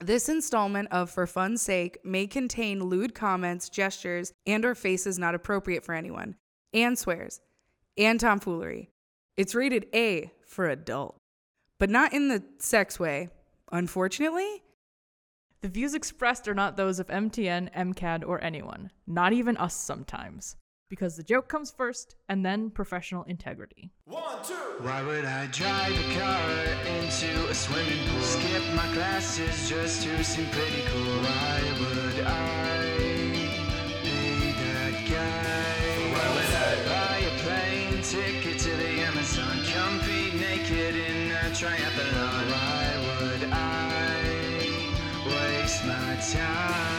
This installment of For Fun's Sake may contain lewd comments, gestures, and or faces not appropriate for anyone, and swears, and tomfoolery. It's rated A for adult, but not in the sex way, unfortunately. The views expressed are not those of MTN, MCAD, or anyone, not even us sometimes, because the joke comes first and then professional integrity. One, two. Why would I drive a car into a swimming pool? Skip my classes just to seem pretty cool. Why would I be that guy? Why would I buy a plane ticket to the Amazon? Come be naked in a triathlon. Why would I waste my time?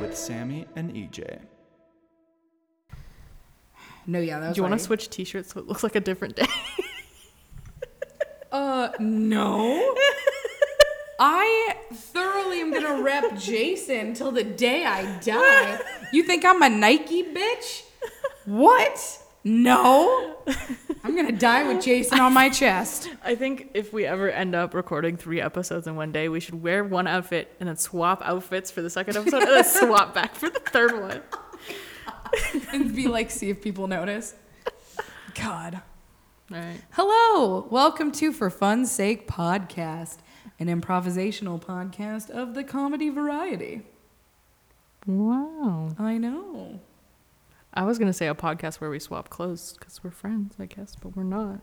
With Sammy and E EJ. No, yeah, that Do was you want right. to switch t shirts so it looks like a different day? Uh, no. I thoroughly am gonna rep Jason till the day I die. You think I'm a Nike bitch? What? No. I'm gonna die with Jason on my chest. I think if we ever end up recording three episodes in one day, we should wear one outfit and then swap outfits for the second episode and then swap back for the third one. And be like, see if people notice. God. All right. Hello. Welcome to For Fun's Sake Podcast, an improvisational podcast of the comedy variety. Wow. I know. I was going to say a podcast where we swap clothes because we're friends, I guess, but we're not.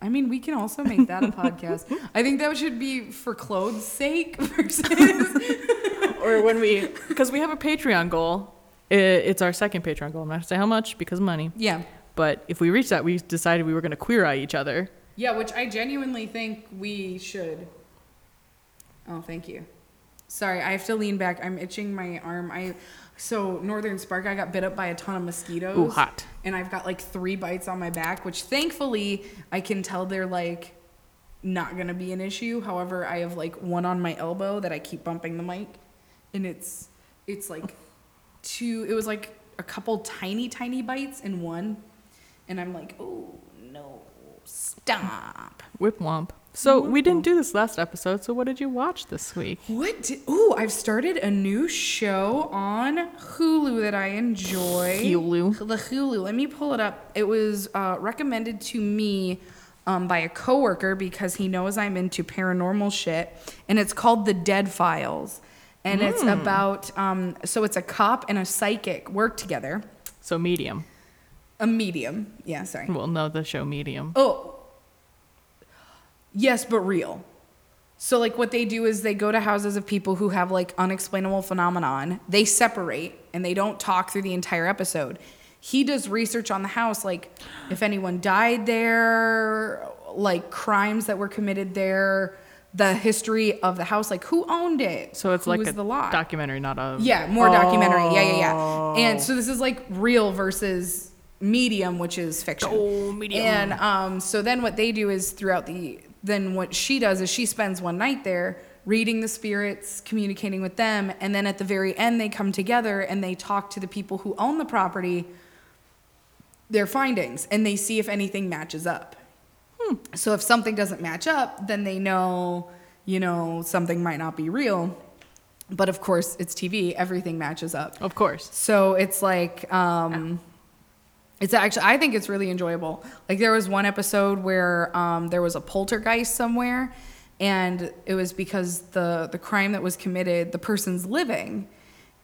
I mean, we can also make that a podcast. I think that should be for clothes' sake versus. or when we, because we have a Patreon goal. I- It's our second Patreon goal. I'm not going to say how much because money. yeah. But if we reach that, we decided we were going to queer eye each other. Yeah, which I genuinely think we should. Oh, thank you. Sorry, I have to lean back. I'm itching my arm. I so Northern Spark, I got bit up by a ton of mosquitoes. Ooh, hot. And I've got like three bites on my back, which thankfully I can tell they're like not gonna be an issue. However, I have like one on my elbow that I keep bumping the mic, and it's it's like two. It was like a couple tiny tiny bites in one, and I'm like, oh no, stop. Whip womp. So we didn't do this last episode. So what did you watch this week? What? Did, ooh, I've started a new show on Hulu that I enjoy. Hulu. The Hulu. Let me pull it up. It was uh, recommended to me um, by a coworker because he knows I'm into paranormal shit, and it's called The Dead Files, and it's about um, so it's a cop and a psychic work together, So Medium. a medium. Yeah, sorry. Well, no, the show Medium. Oh. Yes, but real. So like what they do is they go to houses of people who have like unexplainable phenomenon. They separate and they don't talk through the entire episode. He does research on the house like if anyone died there, like crimes that were committed there, the history of the house, like who owned it? So it's who like was a the lot. documentary, not a Yeah, more documentary. Yeah, yeah, yeah. Oh. And so this is like real versus medium, which is fiction. Oh, medium. And um, so then what they do is throughout the then what she does is she spends one night there reading the spirits, communicating with them, and then at the very end they come together and they talk to the people who own the property their findings and they see if anything matches up. Hmm. So if something doesn't match up, then they know, you know, something might not be real. But of course, it's TV, everything matches up. Of course. So it's like, um, it's actually, I think it's really enjoyable. Like, there was one episode where um, there was a poltergeist somewhere, and it was because the, the crime that was committed, the person's living.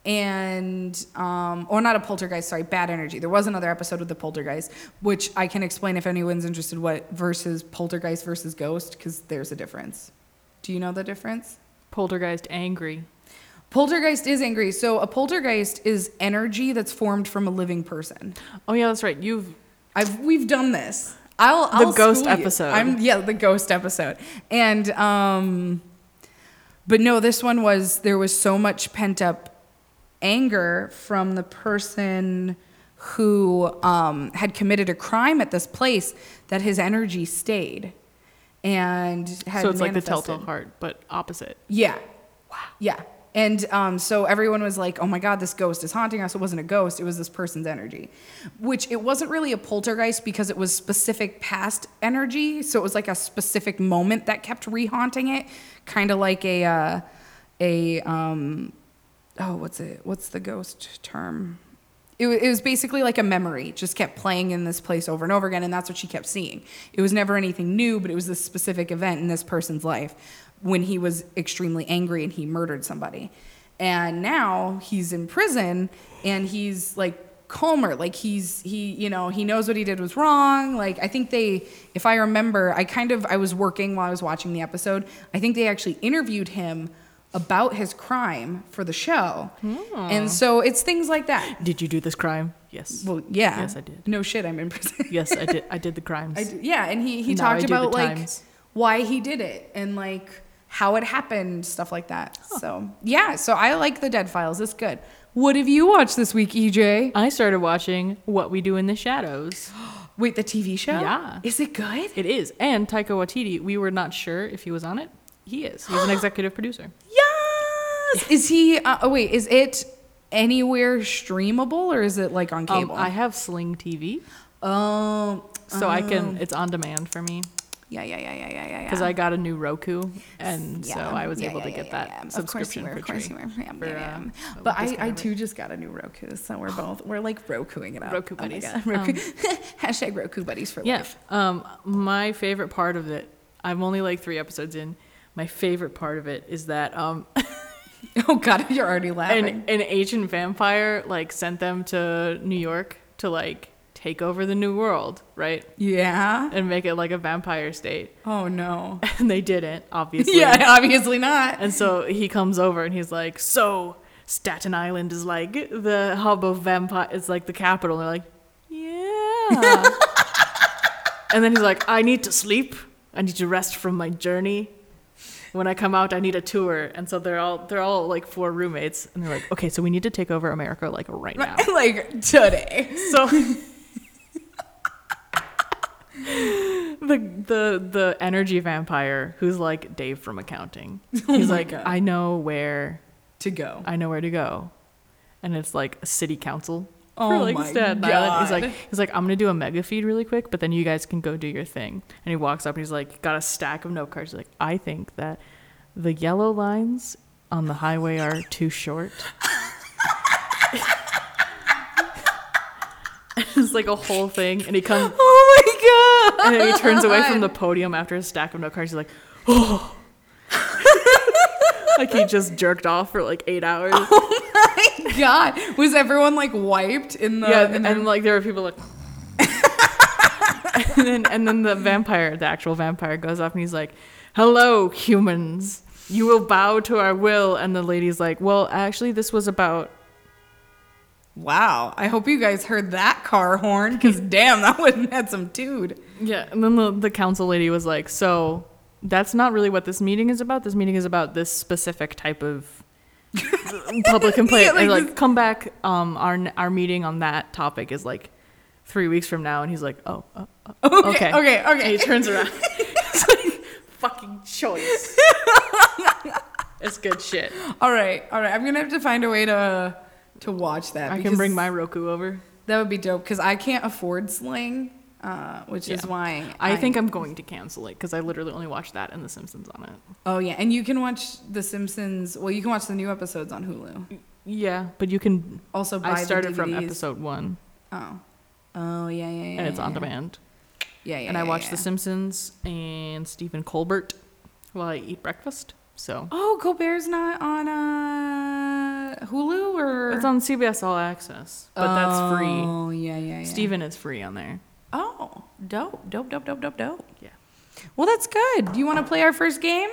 And, um, or not a poltergeist, sorry, bad energy. There was another episode with the poltergeist, which I can explain if anyone's interested what versus poltergeist versus ghost, because there's a difference. Do you know the difference? Poltergeist angry. Poltergeist is angry. So a poltergeist is energy that's formed from a living person. Oh yeah, that's right. You've I've we've done this. I'll, I'll ghost school you. episode. I'm yeah, the ghost episode. And um but no, this one was there was so much pent up anger from the person who um, had committed a crime at this place that his energy stayed. and had so it's like the manifested. telltale card, but opposite. Yeah. Wow. Yeah. And um, so everyone was like, oh my God, this ghost is haunting us. It wasn't a ghost, it was this person's energy, which it wasn't really a poltergeist because it was specific past energy. So it was like a specific moment that kept re haunting it, kind of like a, uh, a, um, oh, what's it? What's the ghost term? It, wa- it was basically like a memory, just kept playing in this place over and over again, and that's what she kept seeing. It was never anything new, but it was this specific event in this person's life when he was extremely angry and he murdered somebody. And now he's in prison and he's like calmer like he's he you know he knows what he did was wrong like i think they if i remember i kind of i was working while i was watching the episode i think they actually interviewed him about his crime for the show Hmm. and so it's things like that Did you do this crime? Yes. well yeah Yes, I did. no shit i'm in prison yes, I did. I did the crimes. I d- yeah, and he he Now I talked do the about like times. why he did it and like how it happened, stuff like that. So yeah, so I like the Dead Files. It's good. What have you watched this week, E EJ? I started watching What We Do in the Shadows. Wait, the TV show? Yeah. Is it good? It is. And Taika Waititi, we were not sure if he was on it. He is. He's an executive producer. Yes. Is he? Uh, oh wait, is it anywhere streamable or is it like on Um, cable? I have Sling TV, oh. so I can. It's on demand for me Yeah, yeah, yeah, yeah, yeah, yeah. because yeah. I got a new Roku, and so Yeah, I was yeah, able yeah, to yeah, get yeah, that yeah. Of course you subscription were, for of course free. you were. Yeah, for, yeah, yeah. um, a But I, discount I rate. too just got a new Roku, so we're both we're like Rokuing it up. Roku Oh my buddies. Um, God, Roku. Hashtag Roku buddies for Yeah. life. Um, my favorite part of it, I'm only like three episodes in. My favorite part of it is that um, Oh God, you're already laughing. an, an ancient vampire like sent them to New York to like take over the new world, right? yeah. And make it like a vampire state. Oh no. And they didn't, obviously. yeah, obviously not. And so he comes over and he's like, So Staten Island is like the hub of vampire it's like the capital. And they're like, Yeah. and then he's like, I need to sleep. I need to rest from my journey. When I come out, I need a tour. And so they're all they're all like four roommates and they're like, Okay, so we need to take over America like right now. like today. So the the the energy vampire who's like Dave from accounting. He's like, I know where To go. I know where to go, and it's like a city council. Oh for like my Staten Island. He's God. like, he's like, I'm gonna do a mega feed really quick, but then you guys can go do your thing. And he walks up and he's like, got a stack of note cards. He's like, I think that the yellow lines on the highway are too short. it's like a whole thing, and he comes Oh my God. and then he turns away from the podium after a stack of note cards. He's like, oh. like he just jerked off for like eight hours. God, was everyone like wiped in the? yeah, in Uh, and, the- like there were people like, and then and then the vampire, the actual vampire, goes up and he's like, "Hello, humans, you will bow to our will." And the lady's like, "Well, actually, this was about." wow. I hope you guys heard that car horn, because damn, that one had some dude. Yeah, and then the, the council lady was like, "So that's not really what this meeting is about. This meeting is about this specific type of public complaint." Yeah, And, like like, come back. Um, our n- our meeting on that topic is like three weeks from now, and he's like, "Oh, uh, uh, okay, Okay, okay, okay. And he turns around. it's like fucking choice. it's good shit. All right, all right. I'm gonna have to find a way to to watch that. I can because bring my Roku over. That would be dope because I can't afford Sling, uh, which is why I think I'm going to cancel it because I literally only watched that and The Simpsons on it. Oh yeah, and you can watch The Simpsons. Well, you can watch the new episodes on Hulu. Yeah, but you can. Also, buy I started the from DVDs. episode one, Oh, oh yeah, yeah, yeah. and it's on yeah. demand. Yeah, yeah. and I yeah, watch yeah. The Simpsons and Stephen Colbert while I eat breakfast. So Oh, Colbert's not on uh, Hulu or it's on CBS All Access, but that's free. Oh yeah, yeah, yeah. Stephen is free on there. Oh, dope, dope, dope, dope, dope, dope. Yeah. Well, that's good. Do you want to play our first game?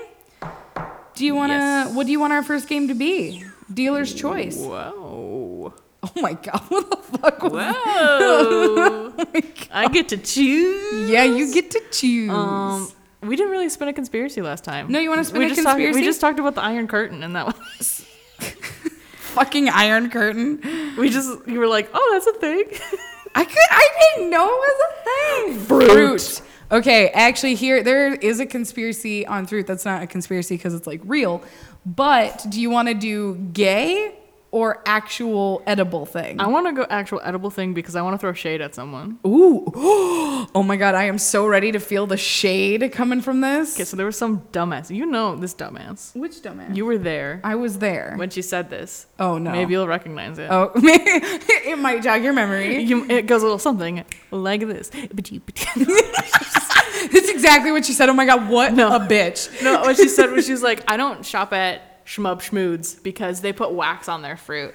Do you want to? Yes. What do you want our first game to be? Dealer's choice. Whoa. Oh my god, what the fuck was Whoa. Oh my God. I get to choose. Yeah, you get to choose. Um, we didn't really spin a conspiracy last time. No, you wanna spin we a just talked- conspiracy? we just talked about the Iron Curtain, and that was Fucking Iron Curtain. we just you were like, oh, that's a thing. I could. I didn't know it was a thing. Fruit. Okay, actually, here there is a conspiracy on Truth. That's not a conspiracy because it's like real. But do you want to do gay or actual edible thing? I want to go actual edible thing because I want to throw shade at someone. Ooh, oh my god, I am so ready to feel the shade coming from this. Okay, so there was some dumbass. You know this dumbass. Which dumbass? You were there I was there. when she said this. Oh, no. Maybe you'll recognize it. Oh, it might jog your memory. You, it goes a little something like this. no, That's exactly what she said. Oh my god, what No. a bitch. what she said was she was like, I don't shop at Shmub Schmoods because they put wax on their fruit.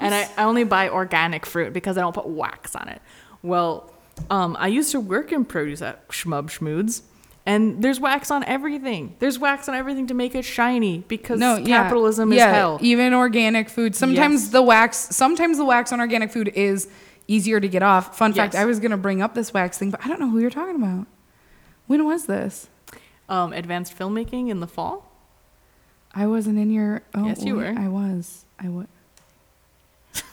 And I, I only buy organic fruit because I don't put wax on it. Well, um, I used to work in produce at Shmub Schmoods. And there's wax on everything. There's wax on everything to make it shiny because No, yeah. capitalism Yeah, is hell. Even organic food. Sometimes Yes. the wax, sometimes the wax on organic food is easier to get off. Fun fact: Yes. I was gonna bring up this wax thing, but I don't know who you're talking about. When was this? Um, advanced filmmaking in the fall. I wasn't in your. Oh, Yes, you wait, were. I was. I was.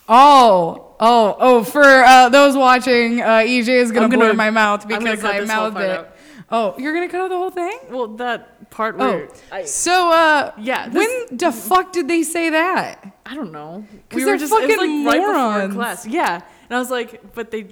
Oh, oh, oh! For uh, those watching, uh, EJ is gonna, I'm gonna- blur my mouth I'm gonna because cut I this whole mouthed part it. out. Oh, you're gonna cut out the whole thing? Well, that part Oh, where I, so uh, Yeah, this- When the fuck did they say that? I don't know. 'Cause they're fucking morons. class. Yeah, and I was like, but they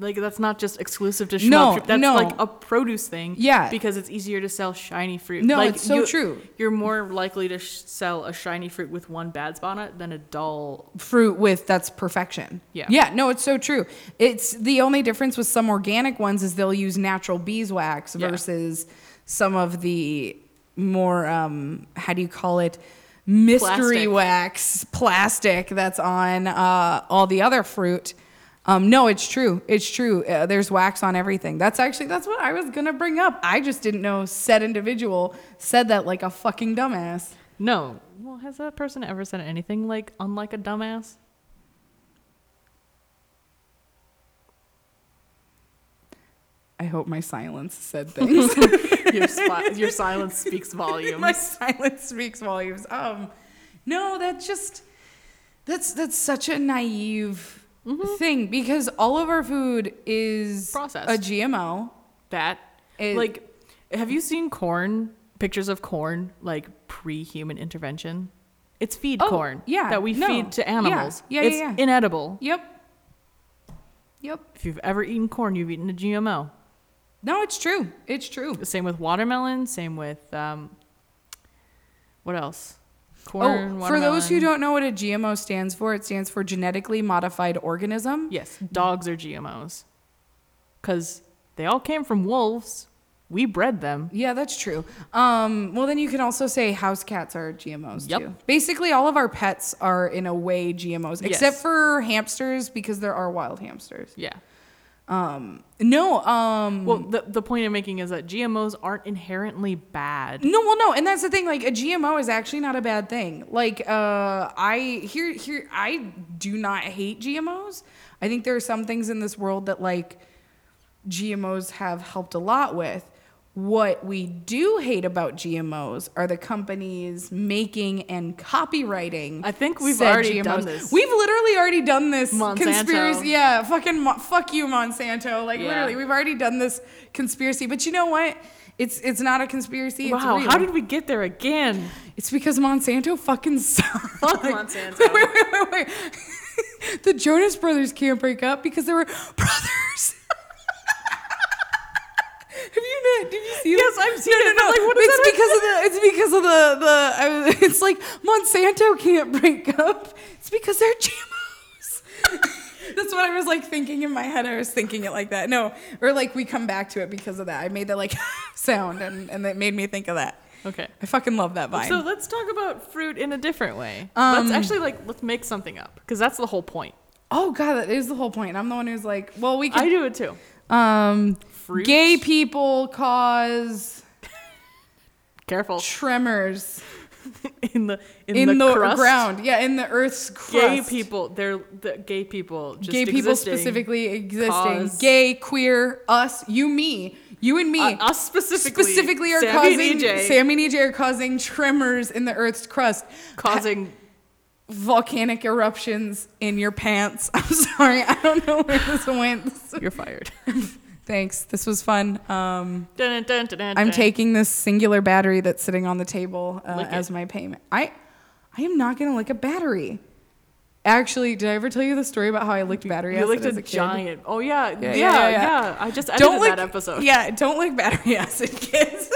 like that's not just exclusive to Schmuck. No, fruit. that's no. like a produce thing. Yeah. because it's easier to sell shiny fruit. No, like, it's so true. You're more likely to sh- sell a shiny fruit with one bad spot on it than a dull. fruit with that's perfection. Yeah. Yeah, no, it's so true. It's the only difference with some organic ones is they'll use natural beeswax Yeah. versus some of the more um how do you call it mystery Plastic. wax plastic that's on uh all the other fruit. Um no, it's true. It's true. Uh, there's wax on everything. That's actually that's what I was going to bring up. I just didn't know said individual said that like a fucking dumbass. No, well, has that person ever said anything like unlike a dumbass? I hope my silence said things. Your, spi- your silence speaks volumes. My silence speaks volumes. Um, no, that's just that's that's such a naive thing because all of our food is Mm-hmm. Processed. a GMO. that It- like have you seen corn pictures of corn like pre-human intervention it's feed Oh, corn yeah, that we no, feed to yeah, animals yeah, yeah, it's yeah. inedible Yep. Yep. if you've ever eaten corn you've eaten a gmo No, it's true. It's true. same with watermelon same with um what else corn oh, for those who watermelon. don't know what a GMO stands for, it stands for genetically modified organism. yes dogs are gmos because they all came from wolves we bred them Yeah, that's true. Um, well, then you can also say house cats are GMOs Yep. too. Basically, all of our pets are in a way GMOs, except Yes. for hamsters because there are wild hamsters. yeah No, um, well the, the point i'm making is that gmos aren't inherently bad no, well, no, and that's the thing. Like a GMO is actually not a bad thing. Like uh, I here here I do not hate GMOs. I think there are some things in this world that like GMOs have helped a lot with. What we do hate about GMOs are the companies making and copywriting. I think we've said already done this. We've literally already done this Monsanto. conspiracy. Yeah, fucking Mo- fuck you, Monsanto. Like Yeah. literally, we've already done this conspiracy. But you know what? It's it's not a conspiracy. It's Wow, real. how did we get there again? It's because Monsanto fucking sucks. Fuck wait, Monsanto. wait, wait, wait. the Jonas Brothers can't break up because they were brothers. Have you not? Did you see? Yes, that? I've seen it, but, like, what does it's that have because of the. It's because of the the. I was- it's like Monsanto can't break up. It's because they're GMOs. That's what I was like thinking in my head. I was thinking it like that. No, or like we come back to it because of that. I made that like sound, and and that made me think of that. Okay. I fucking love that vibe. So let's talk about fruit in a different way. Um, let's actually like let's make something up because that's the whole point. Oh god, that is the whole point. I'm the one who's like, well, we I can do it too. um Fruit? gay people cause Careful tremors in the in, in, the, the, crust, ground. Yeah, in the earth's crust. Gay people, they're the gay people. Just gay people existing. specifically existing. cause- Gay, queer, us, you, me, you and me. Uh, us specifically, specifically are Sammy causing and E EJ, Sammy and EJ are causing tremors in the earth's crust. causing Volcanic eruptions in your pants. I'm sorry, I don't know where this went. you're fired. Thanks. This was fun. Um, Dun, dun, dun, dun, I'm dun. taking this singular battery that's sitting on the table uh, Lick it. as my payment. I, I am not gonna lick a battery. Actually, did I ever tell you the story about how I licked battery You acid looked as a a kid? giant. Oh yeah, yeah, yeah, yeah. yeah. I just edited don't lick that episode. Yeah, don't lick battery acid, kids.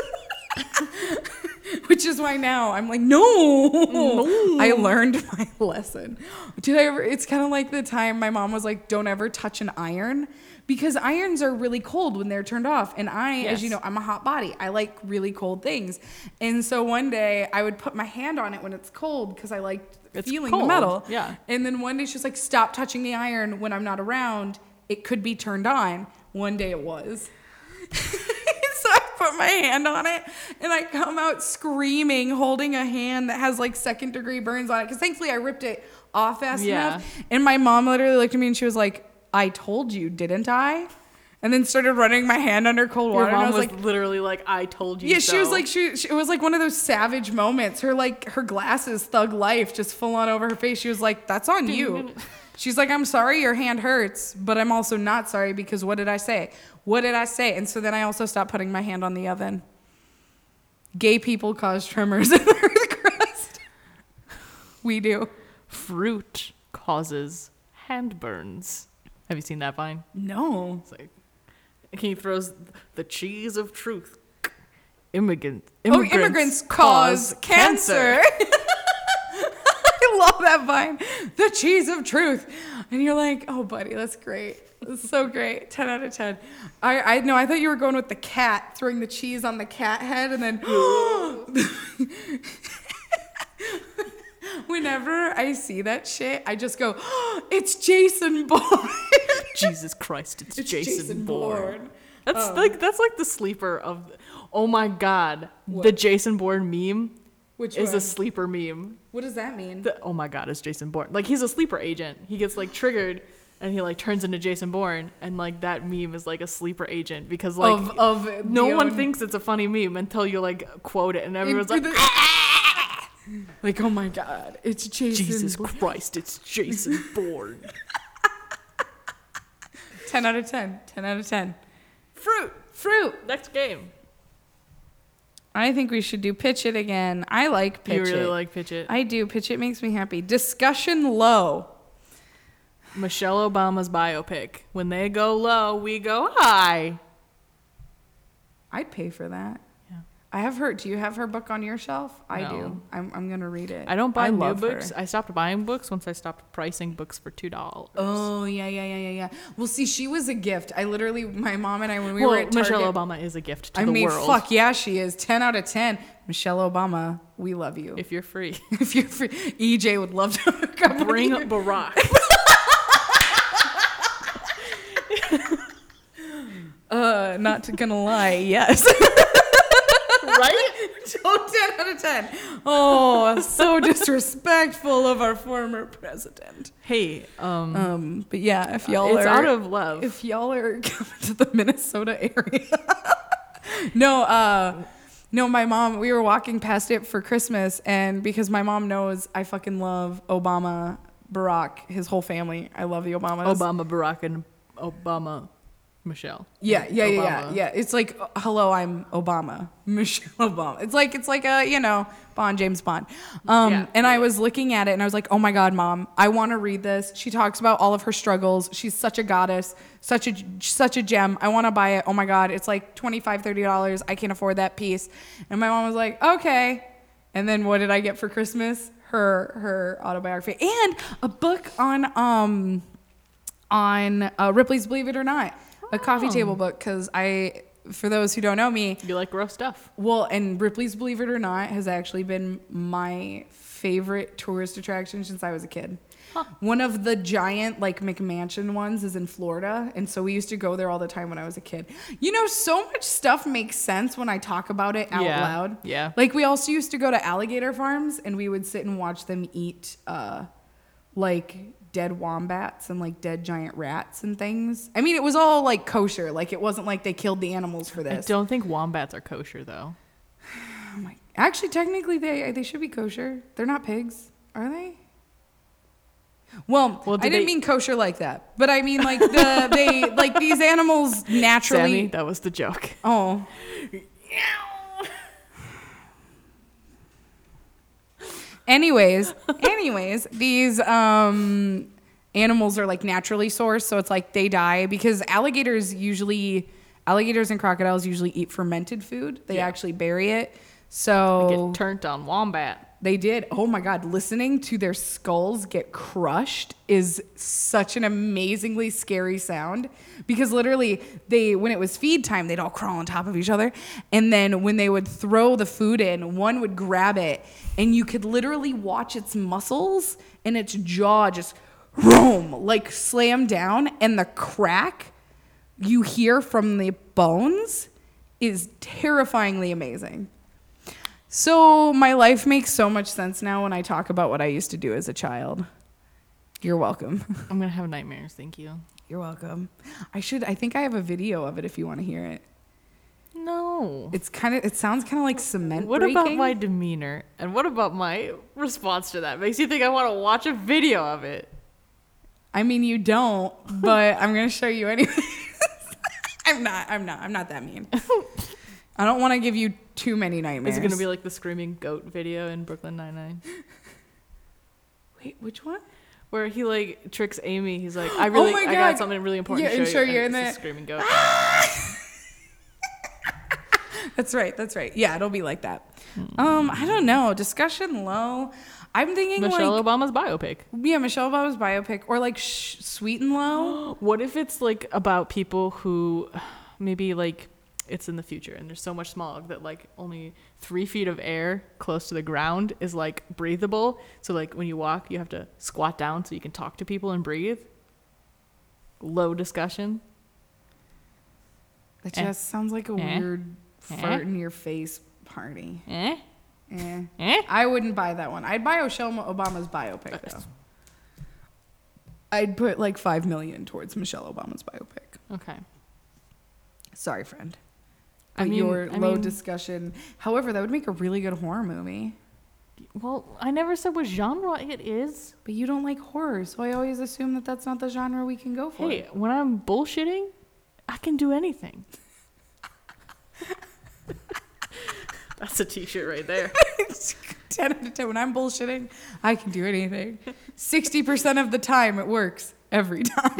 Which is why now I'm like, no, I learned my lesson. Did I ever? It's kind of like the time my mom was like, don't ever touch an iron because irons are really cold when they're turned off. And I, as you Yes. know, I'm a hot body. I like really cold things. And so one day I would put my hand on it when it's cold because I liked It's feeling the cold, metal. yeah. And then one day she's like, stop touching the iron when I'm not around. It could be turned on. One day it was. so I put my hand on it and I come out screaming, holding a hand that has like second degree burns on it. Because thankfully I ripped it off fast Yeah. enough. And my mom literally looked at me and she was like, I told you, didn't I? And then started running my hand under cold Your water. and I mom was, was, like, literally like, "I told you." yeah, she was so." like she, she it was like one of those savage moments. Her like her glasses, thug life, just full on over her face. She was like, "That's on you." She's like, "I'm sorry, your hand hurts, but I'm also not sorry because what did I say? What did I say?" And so then I also stopped putting my hand on the oven. Gay people cause tremors in their crust. We do. "Fruit causes hand burns." Have you seen that vine? No. It's like he throws the cheese of truth. Immigrant, oh, immigrants cause, cancer. I love that vine. The cheese of truth. And you're like, oh, buddy, that's great. That's so great. 10 out of 10. I, I know. I thought you were going with the cat, throwing the cheese on the cat head, and then. Whenever I see that shit, I just go, it's Jason Bourne. Jesus Christ, it's, It's Jason, Jason Bourne. Bourne. Oh. That's like that's like the sleeper of. Oh my God, the What? Jason Bourne meme Which is one? a sleeper meme. What does that mean? The, oh my God, it's Jason Bourne. Like he's a sleeper agent. He gets like triggered. And he like turns into Jason Bourne, and like that meme is like a sleeper agent because like of of no the one own- thinks it's a funny meme until you like quote it, and everyone's like, "Ah, like, oh my god, it's Jason. Jesus Christ, it's Jason Bourne. 10 out of 10. 10 out of 10. Fruit. Fruit. Next game. I think we should do pitch it again. I like pitch you really it. like pitch it. I do. Pitch it makes me happy. Discussion low. Michelle Obama's biopic. When they go low, we go high. I'd pay for that. Yeah. I have her. Do you have her book on your shelf? I No. do. I'm, I'm going to read it. I don't buy new love her. books. I stopped buying books once I stopped pricing books for two dollars. Oh, yeah, yeah, yeah, yeah, yeah. Well, see, she was a gift. I literally, my mom and I, when we well, were at Michelle Target- Obama is a gift to I the mean, world. fuck yeah, she is. 10 out of 10. Michelle Obama, we love you. If you're free, If you're free, EJ would love to hook up with bring you. Barack. Uh, not gonna lie, yes. right? oh, 10 out of 10. Oh, so disrespectful of our former president. Hey, um, Um, but yeah, if y'all it's are out of love. if y'all are coming to the Minnesota area. no, uh no, my mom, we were walking past it for Christmas and because my mom knows I fucking love Obama, Barack, his whole family. I love the Obamas. Obama, Barack, and Obama, Michelle. Yeah, yeah, yeah, yeah, Obama. yeah. It's like, uh, hello, I'm Obama, Michelle Obama. It's like, it's like a, you know, Bond, James Bond. Um, Yeah. and I was looking at it and I was like, oh my God, mom, I want to read this. She talks about all of her struggles. She's such a goddess, such a, such a gem. I want to buy it. Oh my God. It's like $25, $30. I can't afford that piece. And my mom was like, okay. And then what did I get for Christmas? Her, her autobiography and a book on, um, on uh, Ripley's Believe It or Not, a coffee table book. Because I, for those who don't know me, You like rough stuff. well, and Ripley's Believe It or Not has actually been my favorite tourist attraction since I was a kid. One of the giant like McMansion ones is in Florida, and so we used to go there all the time when I was a kid. You know, so much stuff makes sense when I talk about it out Yeah, loud. yeah. Like we also used to go to alligator farms, and we would sit and watch them eat uh, like dead wombats and like dead giant rats and things. I mean, it was all like kosher. Like it wasn't like they killed the animals for I this. don't think wombats are kosher though. Oh my- uh, Actually, technically, they they should be kosher. They're not pigs, are they? Well, Well, I did didn't they- mean kosher like that, but I mean like the they like these animals naturally. Sammy, that was the joke. Oh, anyways, anyways, these um animals are like naturally sourced, so it's like they die because alligators usually alligators and crocodiles usually eat fermented food. They Yeah. actually bury it. So Oh. Get turned on wombat. They did. Oh my God. Listening to their skulls get crushed is such an amazingly scary sound because literally, they, when it was feed time, they'd all crawl on top of each other. And then when they would throw the food in, one would grab it and you could literally watch its muscles and its jaw just roam, like slam down. And the crack you hear from the bones is terrifyingly amazing. So my life makes so much sense now when I talk about what I used to do as a child. You're welcome. I'm gonna have nightmares. Thank you. You're welcome. I should I think I have a video of it if you want to hear it. No. It's kind of it sounds kind of like cement What about breaking. my demeanor? And what about my response to that? Makes you think I want to watch a video of it. I mean you don't, but I'm going to show you anyway. I'm not I'm not I'm not that mean. I don't want to give you too many nightmares. Is it gonna be like the screaming goat video in Brooklyn Nine Nine, Wait, which one? where he like tricks Amy? He's like, I really, Oh my I God. got something really important Yeah, to show and show you, and it's then- the screaming goat. That's right. That's right. Yeah, it'll be like that. Hmm. Um, I don't know. Discussion low. I'm thinking Michelle like Obama's biopic. yeah, Michelle Obama's biopic or like sh- Sweet and Low. What if it's like about people who maybe like it's in the future and there's so much smog that like only three feet of air close to the ground is like breathable. So like when you walk, you have to squat down so you can talk to people and breathe. Low discussion. That Eh. just sounds like a Eh. weird fart in your face party. Eh? Eh. Eh? I wouldn't buy that one. I'd buy Michelle Obama's biopic though. I'd put like five million towards Michelle Obama's biopic. Okay. Sorry, friend. I But mean- your I low mean- discussion. However, that would make a really good horror movie. Well, I never said what genre it is. But you don't like horror, so I always assume that that's not the genre we can go for. Hey, when I'm bullshitting, I can do anything. That's a t-shirt right there. 10 out of 10. When I'm bullshitting, I can do anything. 60% of the time, it works every time.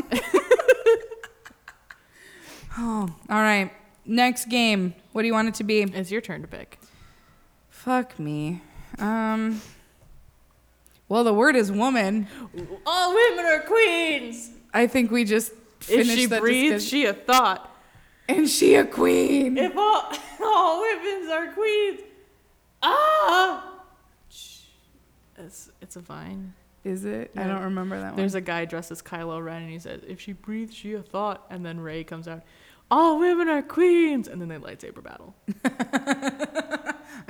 oh, all right. Next game. What do you want it to be? It's your turn to pick. Fuck me. Um. Well, the word is woman. All women are queens. I think we just If finished she that breathes, discussion. she a thought. and she a queen. If all, all women are queens, ah. It's, it's a vine. is it? I Yeah. don't remember that There's one. a guy dressed as Kylo Ren, and he says, "If she breathes, she a thought." And then Ray comes out, "All women are queens," and then they lightsaber battle.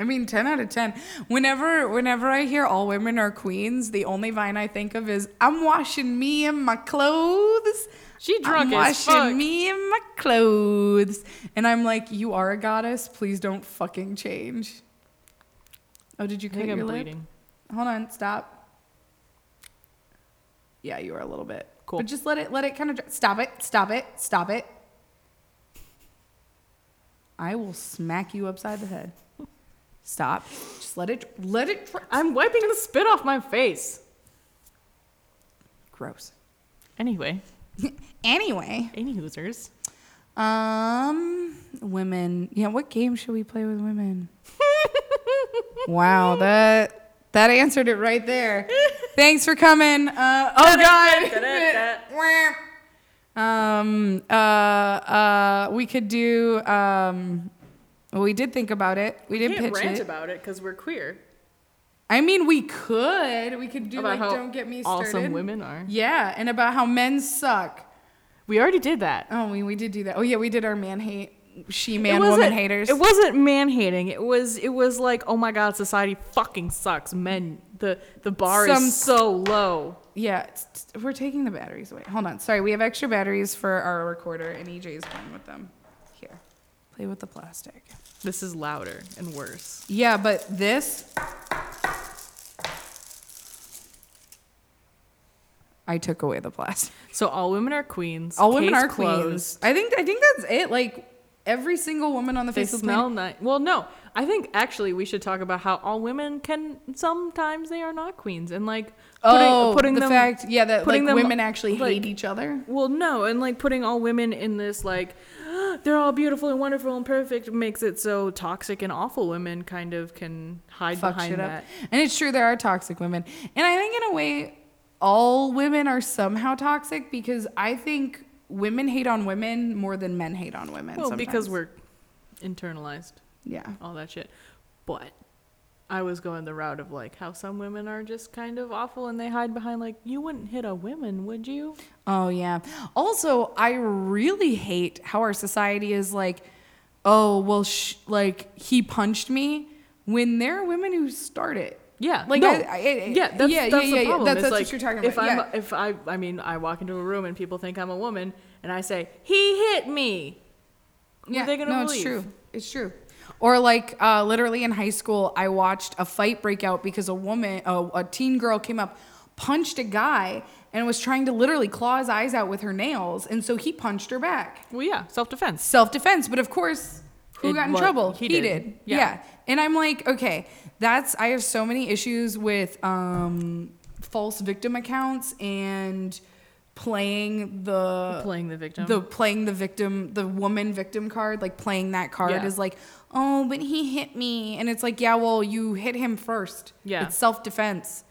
I mean, 10 out of 10. Whenever whenever I hear all women are queens, the only vine I think of is I'm washing me in my clothes. She drunk I'm as washing fuck. me in my clothes. And I'm like, you are a goddess. Please don't fucking change. Oh, did you I cut think your I'm lip? bleeding. Hold on, stop. Yeah, you are a little bit. Cool. But just let it let it kind of dr- stop it. Stop it. Stop it. I will smack you upside the head. Stop. Just let it let it dr- I'm wiping the spit off my face. gross. Anyway, Anyway, any losers? um women. Yeah, what game should we play with women? wow, that that answered it right there. Thanks for coming. Uh, oh god. um uh uh we could do um well, we did think about it. We did pitch it. about it because we're queer. I mean, we could. We could do About like how don't get me started. awesome women are. Yeah, and about how men suck. We already did that. Oh, we, we did do that. Oh yeah, we did our man hate she man wasn't- woman haters. It wasn't man hating. It was it was like, oh my god, society fucking sucks. Men, the the bar Some- is so low. Yeah, it's- it's- we're taking the batteries away. Hold on. Sorry, we have extra batteries for our recorder, and EJ is playing with them. Here, play with the plastic. This is louder and worse. Yeah, but this. I took away the plastic. So all women are queens. All women Case are queens. closed. I think I think that's it. Like every single woman on the They face of the smell planet. nice. Well, no, I think actually we should talk about how all women can sometimes they are not queens and like putting, Oh, putting the them, fact, yeah, that putting like them, women actually like- hate each other. Well, no, and like putting all women in this like they're all beautiful and wonderful and perfect makes it so toxic and awful women kind of can hide Fuck behind shit that. up. And it's true there are toxic women, and I think in a way, all women are somehow toxic because I think women hate on women more than men hate on women. Well, because sometimes. we're internalized yeah. all that shit. But I was going the route of like how some women are just kind of awful and they hide behind like you wouldn't hit a woman, would you? Oh yeah. Also, I really hate how our society is like, oh well, sh- like he punched me when there are women who start it. Yeah, Like, no. I- I- I- yeah, that's, yeah, that's yeah, the yeah, yeah. problem. That's- that's It's what like, you're talking If about, I'm, yeah. if I, I mean, I walk into a room and people think I'm a woman, and I say he hit me. Who are they gonna no, believe? it's true. It's true. Or like uh, literally in high school, I watched a fight break out because a woman, a, a teen girl, came up, punched a guy, and was trying to literally claw his eyes out with her nails, and so he punched her back. Well, yeah, self defense. self defense. But of course, who It got in wa- trouble? he He, did. did. Yeah. Yeah. And I'm like, okay, that's I have so many issues with um, false victim accounts and playing the Playing the victim. Uh, the playing the victim the woman victim card like playing that card Yeah. is like oh but he hit me and it's like yeah well you hit him first Yeah. it's self-defense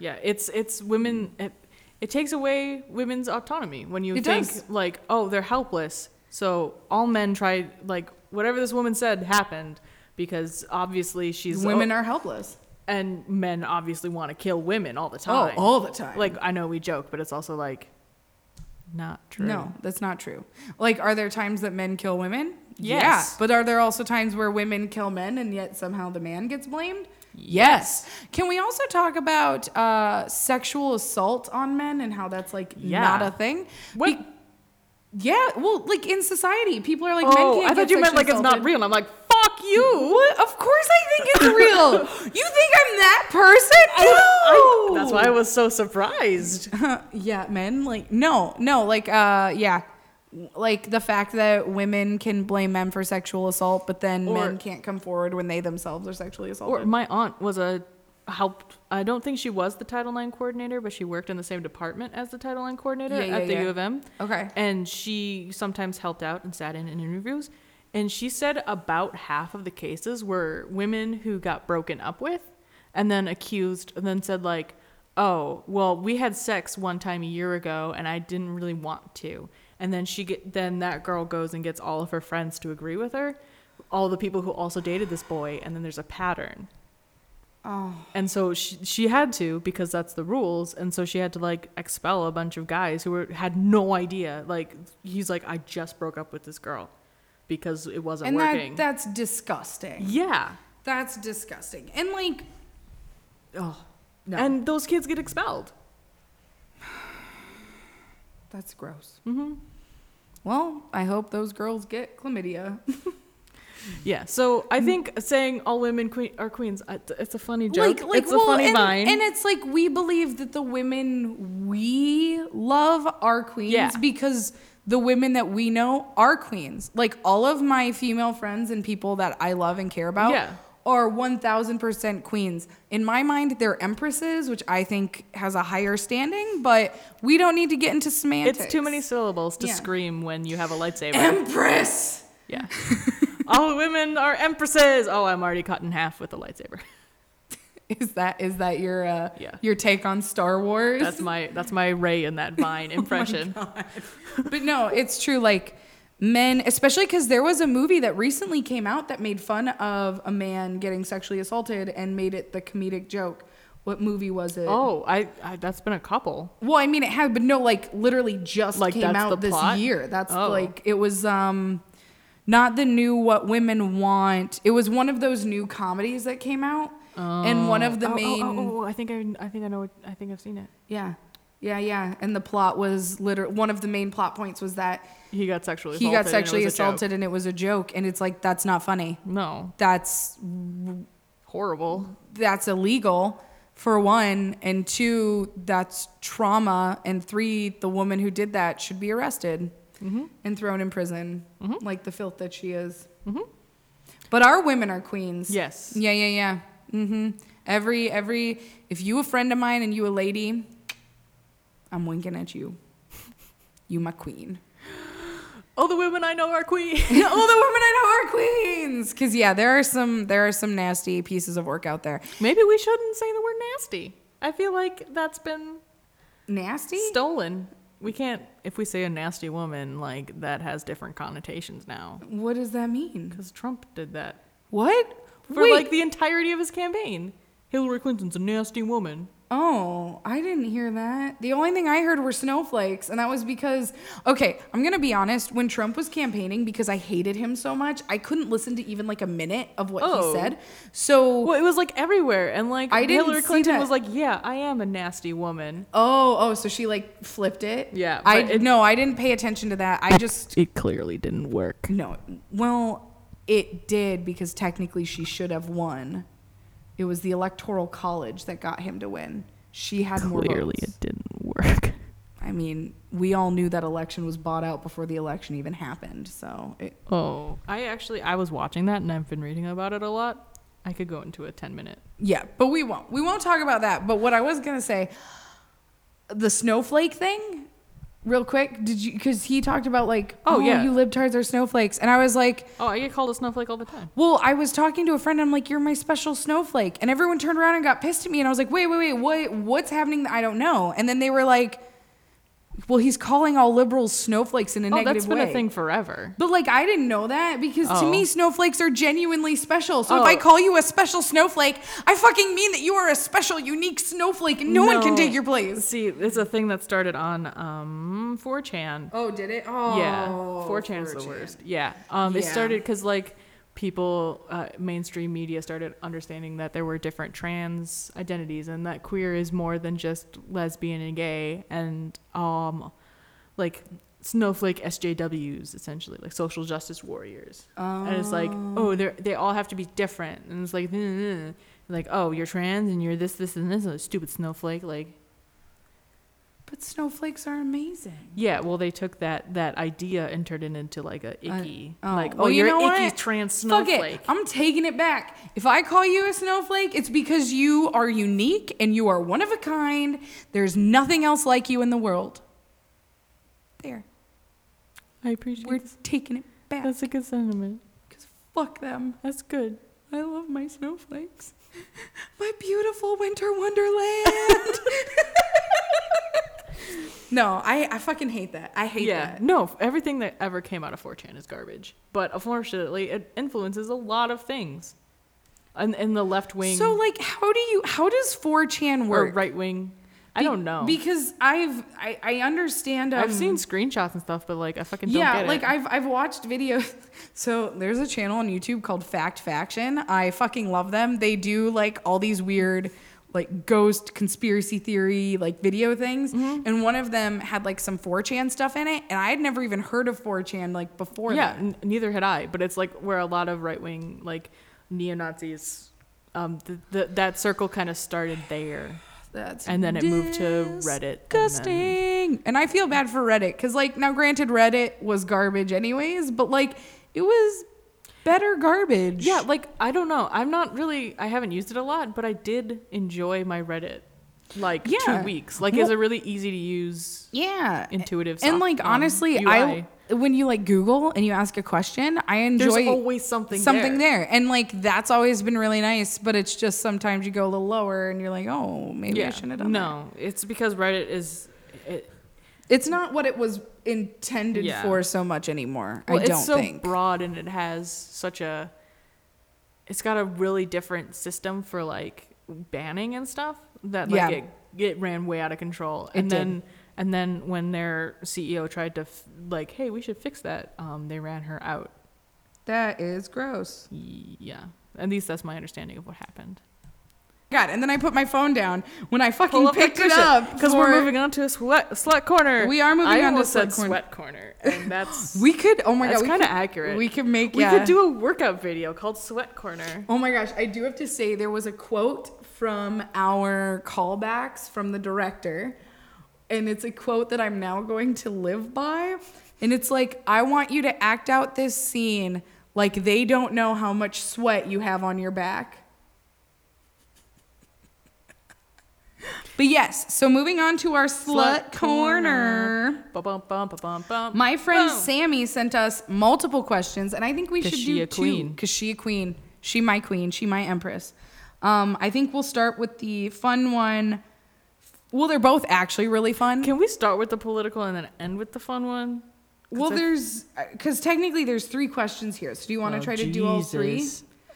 Yeah, it's it's women. It, it takes away women's autonomy when you It think does. like, oh, they're helpless. So all men try like whatever this woman said happened because obviously she's women are helpless and men obviously want to kill women all the time. Oh, all the time. Like I know we joke, but it's also like not true. No, that's not true. Like, are there times that men kill women? Yes. But are there also times where women kill men and yet somehow the man gets blamed? Yes. Can we also talk about uh, sexual assault on men and how that's like Yeah. not a thing? What? Be- yeah, well, like in society, people are like, men oh, can't I thought get you meant like sexually it's not assaulted. real. And I'm like, fuck you. What? Of course I think it's real. you think I'm that person? No. I- that's why I was so surprised. yeah, men like no, no, like uh yeah. Like the fact that women can blame men for sexual assault, but then Or- men can't come forward when they themselves are sexually Or assaulted. my aunt was a helped. I don't think she was the Title IX coordinator, but she worked in the same department as the Title IX coordinator Yeah, yeah, at the yeah. U of M. Okay. And she sometimes helped out and sat in in interviews. And she said about half of the cases were women who got broken up with and then accused and then said like, "Oh, well, we had sex one time a year ago and I didn't really want to." And then she get then that girl goes and gets all of her friends to agree with her, all the people who also dated this boy, and then there's a pattern. And so she she had to because that's the rules. And so she had to like expel a bunch of guys who were had no idea. Like he's like, I just broke up with this girl because it wasn't and working. that that's disgusting. yeah. That's disgusting. And like Oh. And those kids get expelled. that's gross. Mm-hmm. Well, I hope those girls get chlamydia. Yeah. So Mm. I think saying all women que- are queens, uh, it's- it's a funny joke. it's well, a funny and, vine. and it's like we believe that the women we love are queens Yeah. because the women that we know are queens. Like all of my female friends and people that I love and care about Yeah. are 1000% queens. In my mind, they're empresses, which I think has a higher standing, but we don't need to get into semantics. it's too many syllables to Yeah. scream when you have a lightsaber. Empress! yeah. all women are empresses. Oh, I'm already cut in half with a lightsaber. Is that is that your uh, Yeah. your take on Star Wars? That's my that's my Ray in that Oh Vine impression. but no, it's true. Like men, especially because there was a movie that recently came out that made fun of a man getting sexually assaulted and made it the comedic joke. What movie was it? oh, I, I that's been a couple. well, I mean, it had, but no, like literally just Like, came that's the out this plot? year. That's Oh. like it was um, not the new What Women Want. It was one of those new comedies that came out, and one of the oh, main. Oh, oh, oh, I think I I think I know. What, I think I've seen it. Yeah. Yeah, yeah. And the plot was literally one of the main plot points was that He got sexually. he got assaulted and it sexually was a joke. assaulted and it was a joke and it's like that's not funny. No, That's horrible. that's illegal. for one, and two, that's trauma, and three, the woman who did that should be arrested Mm-hmm. and thrown in prison, like the filth that she is. But our women are queens. Mm-hmm. Yes. Yeah, yeah, yeah. Mm-hmm. Every every if you a friend of mine and you a lady, I'm winking at you. You my queen. All the women I know are All queen. the women I know are queens. Cause yeah, there are some there are some nasty pieces of work out there. Maybe we shouldn't say the word nasty. I feel like that's been Nasty? stolen. We can't if we say a nasty woman like that has different connotations now What does that mean? because Trump did that What? for Wait. like the entirety of his campaign. Hillary Clinton's a nasty woman. Oh, I didn't hear that. The only thing I heard were snowflakes, and that was because, okay, I'm gonna be honest. When Trump was campaigning, because I hated him so much, I couldn't listen to even like a minute of what Oh. he said. So, Well, it was like everywhere, and like I didn't Hillary see Clinton that. was like, "Yeah, I am a nasty woman." oh, oh, so she like flipped it. Yeah, I but it- no, I didn't pay attention to that. I just It clearly didn't work. no. Well, it did because technically she should have won. It was the electoral college that got him to win. She had more votes. didn't work. I mean, we all knew that election was bought out before the election even happened. So, it, Oh, I actually I was watching that, and I've been reading about it a lot. I could go into a ten minute. yeah, but we won't. We won't talk about that. But what I was going to say, the snowflake thing, real quick, did you, because he talked about like, Oh, oh, yeah. yeah, you libtards are snowflakes. And I was like, Oh, I get called a snowflake all the time. well, I was talking to a friend. I'm like, you're my special snowflake. And everyone turned around and got pissed at me. And I was like, wait, wait, wait, what, what's happening? that I don't know. And then they were like, well, he's calling all liberals snowflakes in a Oh, negative that's been way. a thing forever. But like I didn't know that because to Oh. me snowflakes are genuinely special. So Oh. if I call you a special snowflake, I fucking mean that you are a special, unique snowflake, and no, one can take your place. See, it's a thing that started on um 4chan. Oh, did it? Oh, yeah, 4chan's the worst. Yeah, um, it Yeah. started because like people, uh, mainstream media started understanding that there were different trans identities and that queer is more than just lesbian and gay and um, like snowflake SJWs essentially, like social justice warriors. And it's like, oh, they they all have to be different, and it's like, "Mm-mm." like oh, you're trans and you're this, this, and this, a stupid snowflake, like. But snowflakes are amazing. Yeah, well, they took that that idea and turned it into like a icky, oh, like well, oh, you you're know icky what? trans Fuck snowflake. it. I'm taking it back. If I call you a snowflake, it's because you are unique and you are one of a kind. There's nothing else like you in the world. There. I appreciate We're taking it back. that's a good sentiment. Because fuck them. That's good. I love my snowflakes. My beautiful winter wonderland. no, I, I fucking hate that. I hate yeah, that. no, everything that ever came out of 4chan is garbage. But unfortunately, it influences a lot of things, and in the left wing So like how do you how does 4chan or work? right wing, I Be- don't know. Because I've I, I understand um, I've seen screenshots and stuff, but like I fucking don't yeah, get like it. I've I've watched videos. So there's a channel on YouTube called Fact Faction. I fucking love them. They do like all these weird like ghost conspiracy theory like video things. Mm-hmm. And one of them had like some 4chan stuff in it, and I had never even heard of 4chan like before yeah, that. n- neither had I. But it's like where a lot of right wing like neo Nazis, um, th- th- that circle kind of started there. That's and then it moved to Reddit. And Disgusting. And, I feel bad for Reddit because like now granted Reddit was garbage anyways, but like it was better garbage. yeah, like I don't know. I'm not really. I haven't used it a lot, but I did enjoy my Reddit. Like Yeah. two weeks. Like it's a really easy to use. yeah intuitive and soft- like um, honestly i when you like google and you ask a question i enjoy There's always something. something there. and like that's always been really nice but it's just sometimes you go a little lower and you're like oh maybe i Yeah. shouldn't have done that. no, it's because Reddit is. It, it's not what it was intended Yeah. for so much anymore well, i don't it's so think broad and it has such a. It's got a really different system for like banning and stuff that like Yeah. it it ran way out of control. It and did. then and then when their CEO tried to f- like, hey, we should fix that, um, they ran her out. that is gross Yeah. At least that's my understanding of what happened. god and then i put my phone down when i fucking picked it up because we're for- moving on to a sweat, slut corner. We are moving I on to almost said slut corner. sweat corner, and that's we could oh my that's god we kind of could- accurate. we could make we yeah. could do a workout video called sweat corner. Oh my gosh, I do have to say there was a quote from our callbacks from the director. And it's a quote that I'm now going to live by. And it's like, I want you to act out this scene like they don't know how much sweat you have on your back. But yes, so moving on to our slut, Slut corner. Bum, bum, bum, bum, bum, bum. My friend Boom. Sammy sent us multiple questions, and I think we 'Cause should she do a queen. because she a queen, she my queen, she my empress. Um, I think we'll start with the fun one. Well, they're both actually really fun. Can we start with the political and then end with the fun one? well, I- there's because technically there's three questions here. So do you want to try to do all three?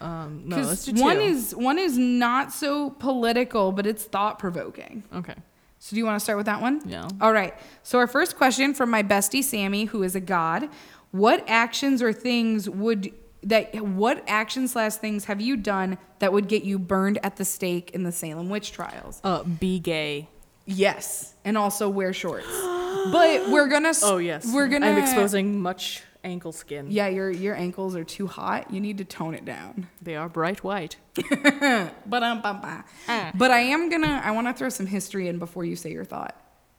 Um, no, let's Because do one two. is one is not so political, but it's thought provoking. okay. So do you want to start with that one? Yeah. All right. So our first question from my bestie Sammy, who is a god, what actions or things would that what actions slash things have you done that would get you burned at the stake in the Salem witch trials? Uh, be gay. Yes, and also wear shorts. but we're gonna. s- Oh yes. We're gonna. I'm exposing much ankle skin. Yeah, your your ankles are too hot. You need to tone it down. They are bright white. But um, bum, bah. Ah. But I am gonna. I want to throw some history in before you say your thought.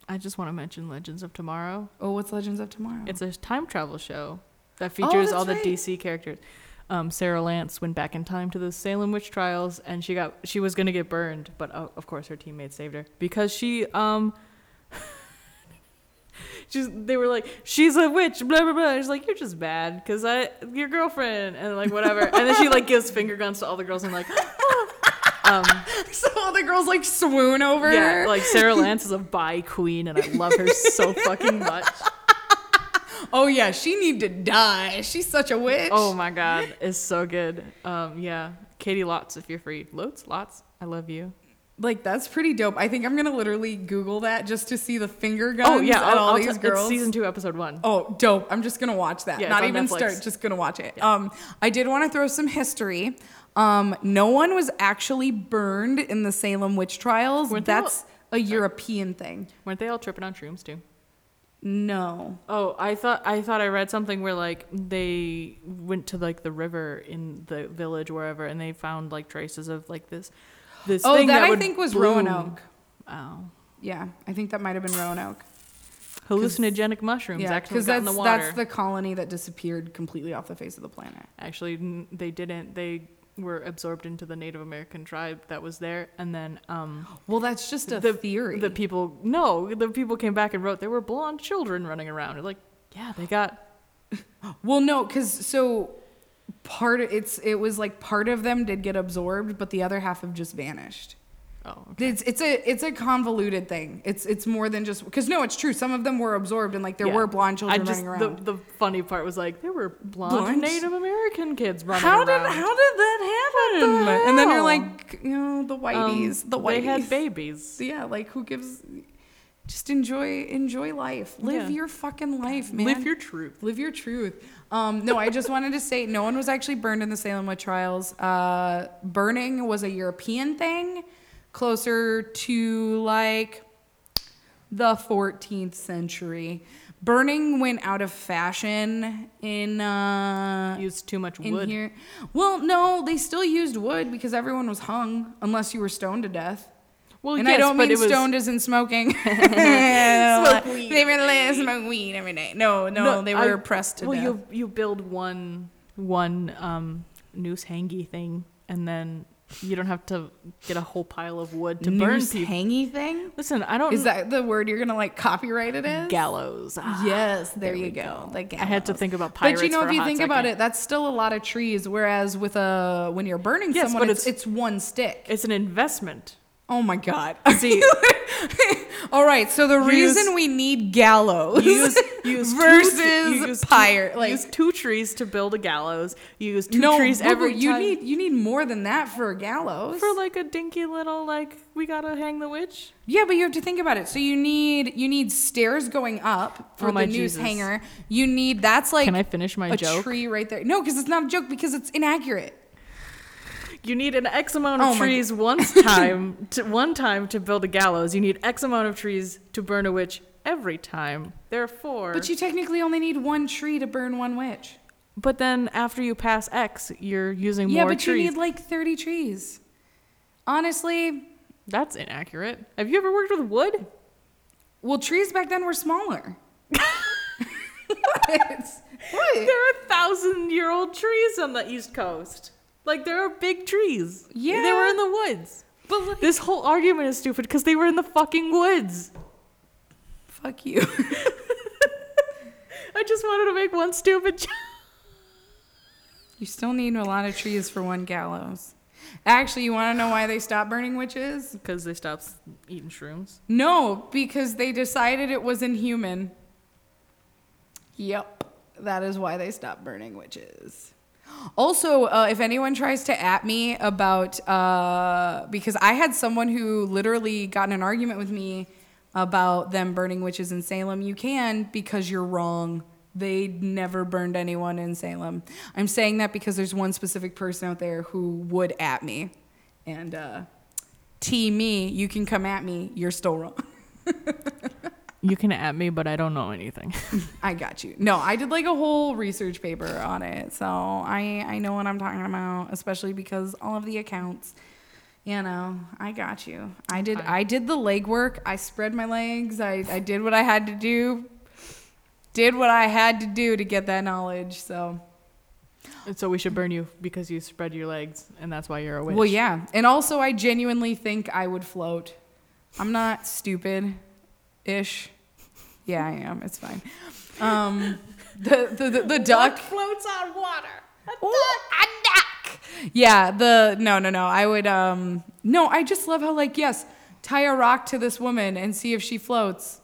I just want to mention Legends of Tomorrow. Oh, what's Legends of Tomorrow? It's a time travel show that features all the Oh, that's right. DC characters. Um, Sarah Lance went back in time to the Salem witch trials, and she got she was gonna get burned, but uh, of course her teammates saved her because she um. She's, they were like, she's a witch, blah blah blah. She's like, you're just bad because I your girlfriend and like whatever. and then she like gives finger guns to all the girls and like, so all the girls like swoon over. yeah, her. like Sarah Lance is a bi queen and I love her so fucking much. Oh yeah, she need to die. She's such a witch. Oh my god, it's so good. Um, yeah, Katie Lots, if you're free, Lots, Lots, I love you. like that's pretty dope. I think I'm gonna literally Google that just to see the finger guns Oh yeah, at I'll- all I'll these t- girls. It's season two, episode one. Oh, dope. I'm just gonna watch that. Yeah, it's Not on even Netflix. start, just gonna watch it. Um, I did want to throw some history. Um, no one was actually burned in the Salem witch trials. Weren't they all- that's a European thing. Weren't they all tripping on shrooms too? No. Oh, I thought I thought I read something where like they went to like the river in the village wherever, and they found like traces of like this. This Oh, thing that I would think was bloom. Roanoke. Oh, Yeah, I think that might have been Roanoke. hallucinogenic mushrooms Yeah, actually because got in that's the water. that's the colony that disappeared completely off the face of the planet. Actually, n- they didn't. They were absorbed into the Native American tribe that was there, and then um, Well, that's just a the theory. The people, no, the people came back and wrote there were blonde children running around. Like, yeah, they got. Well, no, because so part it's it was like part of them did get absorbed, but the other half have just vanished. Oh, okay. It's it's a it's a convoluted thing. It's it's more than just because no, it's true. Some of them were absorbed, and like there Yeah. were blonde children I just, running around. The, the funny part was like there were blonde Blondes? Native American kids running how did around. how did that happen? What the and then you're hell? like, you know, the Um, whiteys, the whiteys. They had babies. yeah, like who gives? Just enjoy enjoy life. Live Yeah. your fucking life, man. Live your truth. Live your truth. Um, no, I just wanted to say no one was actually burned in the Salem witch trials. Uh, burning was a European thing, closer to like the 14th century. Burning went out of fashion in uh, Used too much in wood. here. Well, no, they still used wood because everyone was hung unless you were stoned to death. Well, and yes, I don't but mean it was, stoned as in smoking. weed They were like, smoke weed every day. No, no, they I- were oppressed to well, death. you you build one one um, noose hangy thing, and then you don't have to get a whole pile of wood to burn Noose people. hangy thing. Listen, I don't. Is that the word you're gonna like copyright it as? gallows? Ah, Yes, there, there you we go. go. The I had to gallows. think about pirates. But you know, for a if you hot think second. about it, that's still a lot of trees. Whereas with a when you're burning Yes, someone, but it's, it's- it's one stick. it's an investment. oh my god. See, All right. So the use- reason we need gallows you use, you use two tre- versus you use two- pirate, you like use two trees to build a gallows. You use two no, trees Google, every you time need you need more than that for a gallows. for like a dinky little like we gotta hang the witch. Yeah, but you have to think about it. So you need you need stairs going up for Oh, the my news Jesus. hanger. You need that's like Can I finish my a joke? tree right there. No, because it's not a joke because it's inaccurate. You need an X amount Oh of my trees once time to one time to build a gallows. You need X amount of trees to burn a witch every time. Therefore, But you technically only need one tree to burn one witch. but then after you pass X, you're using Yeah, more but trees. you need like thirty trees. Honestly, That's inaccurate. Have you ever worked with wood? well, trees back then were smaller. It's- what? There are thousand year old trees on the East Coast. Like, there are big trees. They were Yeah. in the woods. But like, This whole argument is stupid because they were in the fucking woods. fuck you. I just wanted to make one stupid joke. You still need a lot of trees for one gallows. Actually, you want to know why they stopped burning witches? Because they stopped eating shrooms. No, because they decided it was inhuman. Yep, that is why they stopped burning witches. Also, uh, if anyone tries to at me about, uh, because I had someone who literally got in an argument with me about them burning witches in Salem, you can because you're wrong. They never burned anyone in Salem. I'm saying that because there's one specific person out there who would at me. And uh, T me, you can come at me, you're still wrong. You can at me, but I don't know anything. I got you. No, I did like a whole research paper on it, so I I know what I'm talking about, especially because all of the accounts. You know, I got you. I did Okay. I did the legwork. I spread my legs. I I did what I had to do. Did what I had to do to get that knowledge. So and so we should burn you because you spread your legs, and that's why you're a witch. well, yeah, and also I genuinely think I would float. I'm not stupid, ish. Yeah, I am. It's fine. Um, the the the, the duck. floats on water. Ooh, a duck. Yeah, the no, no, no. I would um no, I just love how like yes, tie a rock to this woman and see if she floats.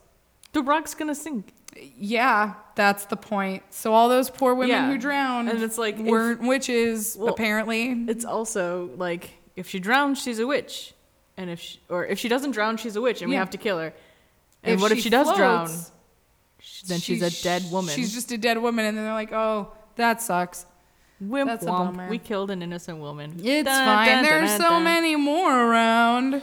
The rock's gonna sink. Yeah, that's the point. So all those poor women Yeah. who drowned And it's like, if- weren't witches Well, apparently. It's also like if she drowns, she's a witch, and if she, or if she doesn't drown, she's a witch, and we Yeah. have to kill her. And If what if she she does drown? floats, Sh- Then she's, a dead woman. She's just a dead woman and then they're like, "Oh, that sucks." Wimp that's a womp. bummer. We killed an innocent woman. It's fine. There's so many more around.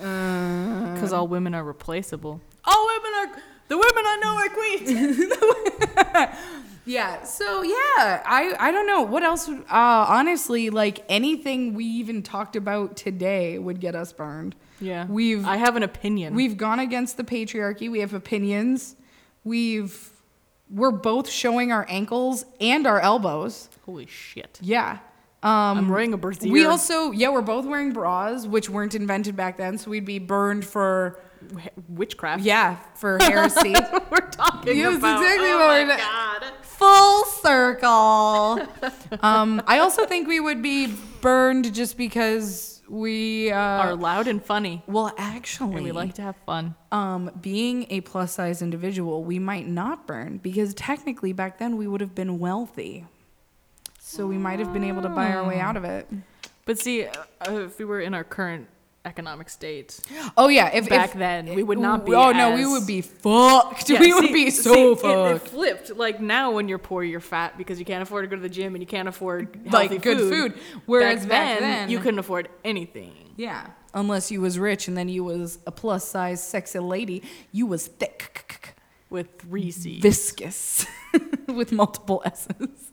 Uh, Because all women are replaceable. All women are. The women I know are queens. Yeah. So yeah, I I don't know what else. Would, uh, honestly, like anything we even talked about today would get us burned. yeah. We've I have an opinion. we've gone against the patriarchy. We have opinions. We've we're both showing our ankles and our elbows. Holy shit. Yeah. Um, I'm wearing a brassiere. we also yeah we're both wearing bras which weren't invented back then, so we'd be burned for witchcraft. yeah for heresy. we're talking Yes, about. exactly oh what my we're- god. full circle. um, I also think we would be burned just because we uh, Are loud and funny, well actually and we like to have fun. um, being a plus size individual, we might not burn because technically back then we would have been wealthy. So we might have been able to buy our way out of it. But see, uh, if we were in our current economic state, Oh yeah, if if- Back then, we would not be Oh no, we as- would be fucked. Yeah, we would see- be so see, it- fucked. It, flipped. Like now, when you're poor, you're fat because you can't afford to go to the gym and you can't afford Like, healthy good food. Whereas back then- you couldn't afford anything. Yeah. Unless you was rich and then you was a plus size sexy lady, you was thick, With three C's. viscous, with multiple S's.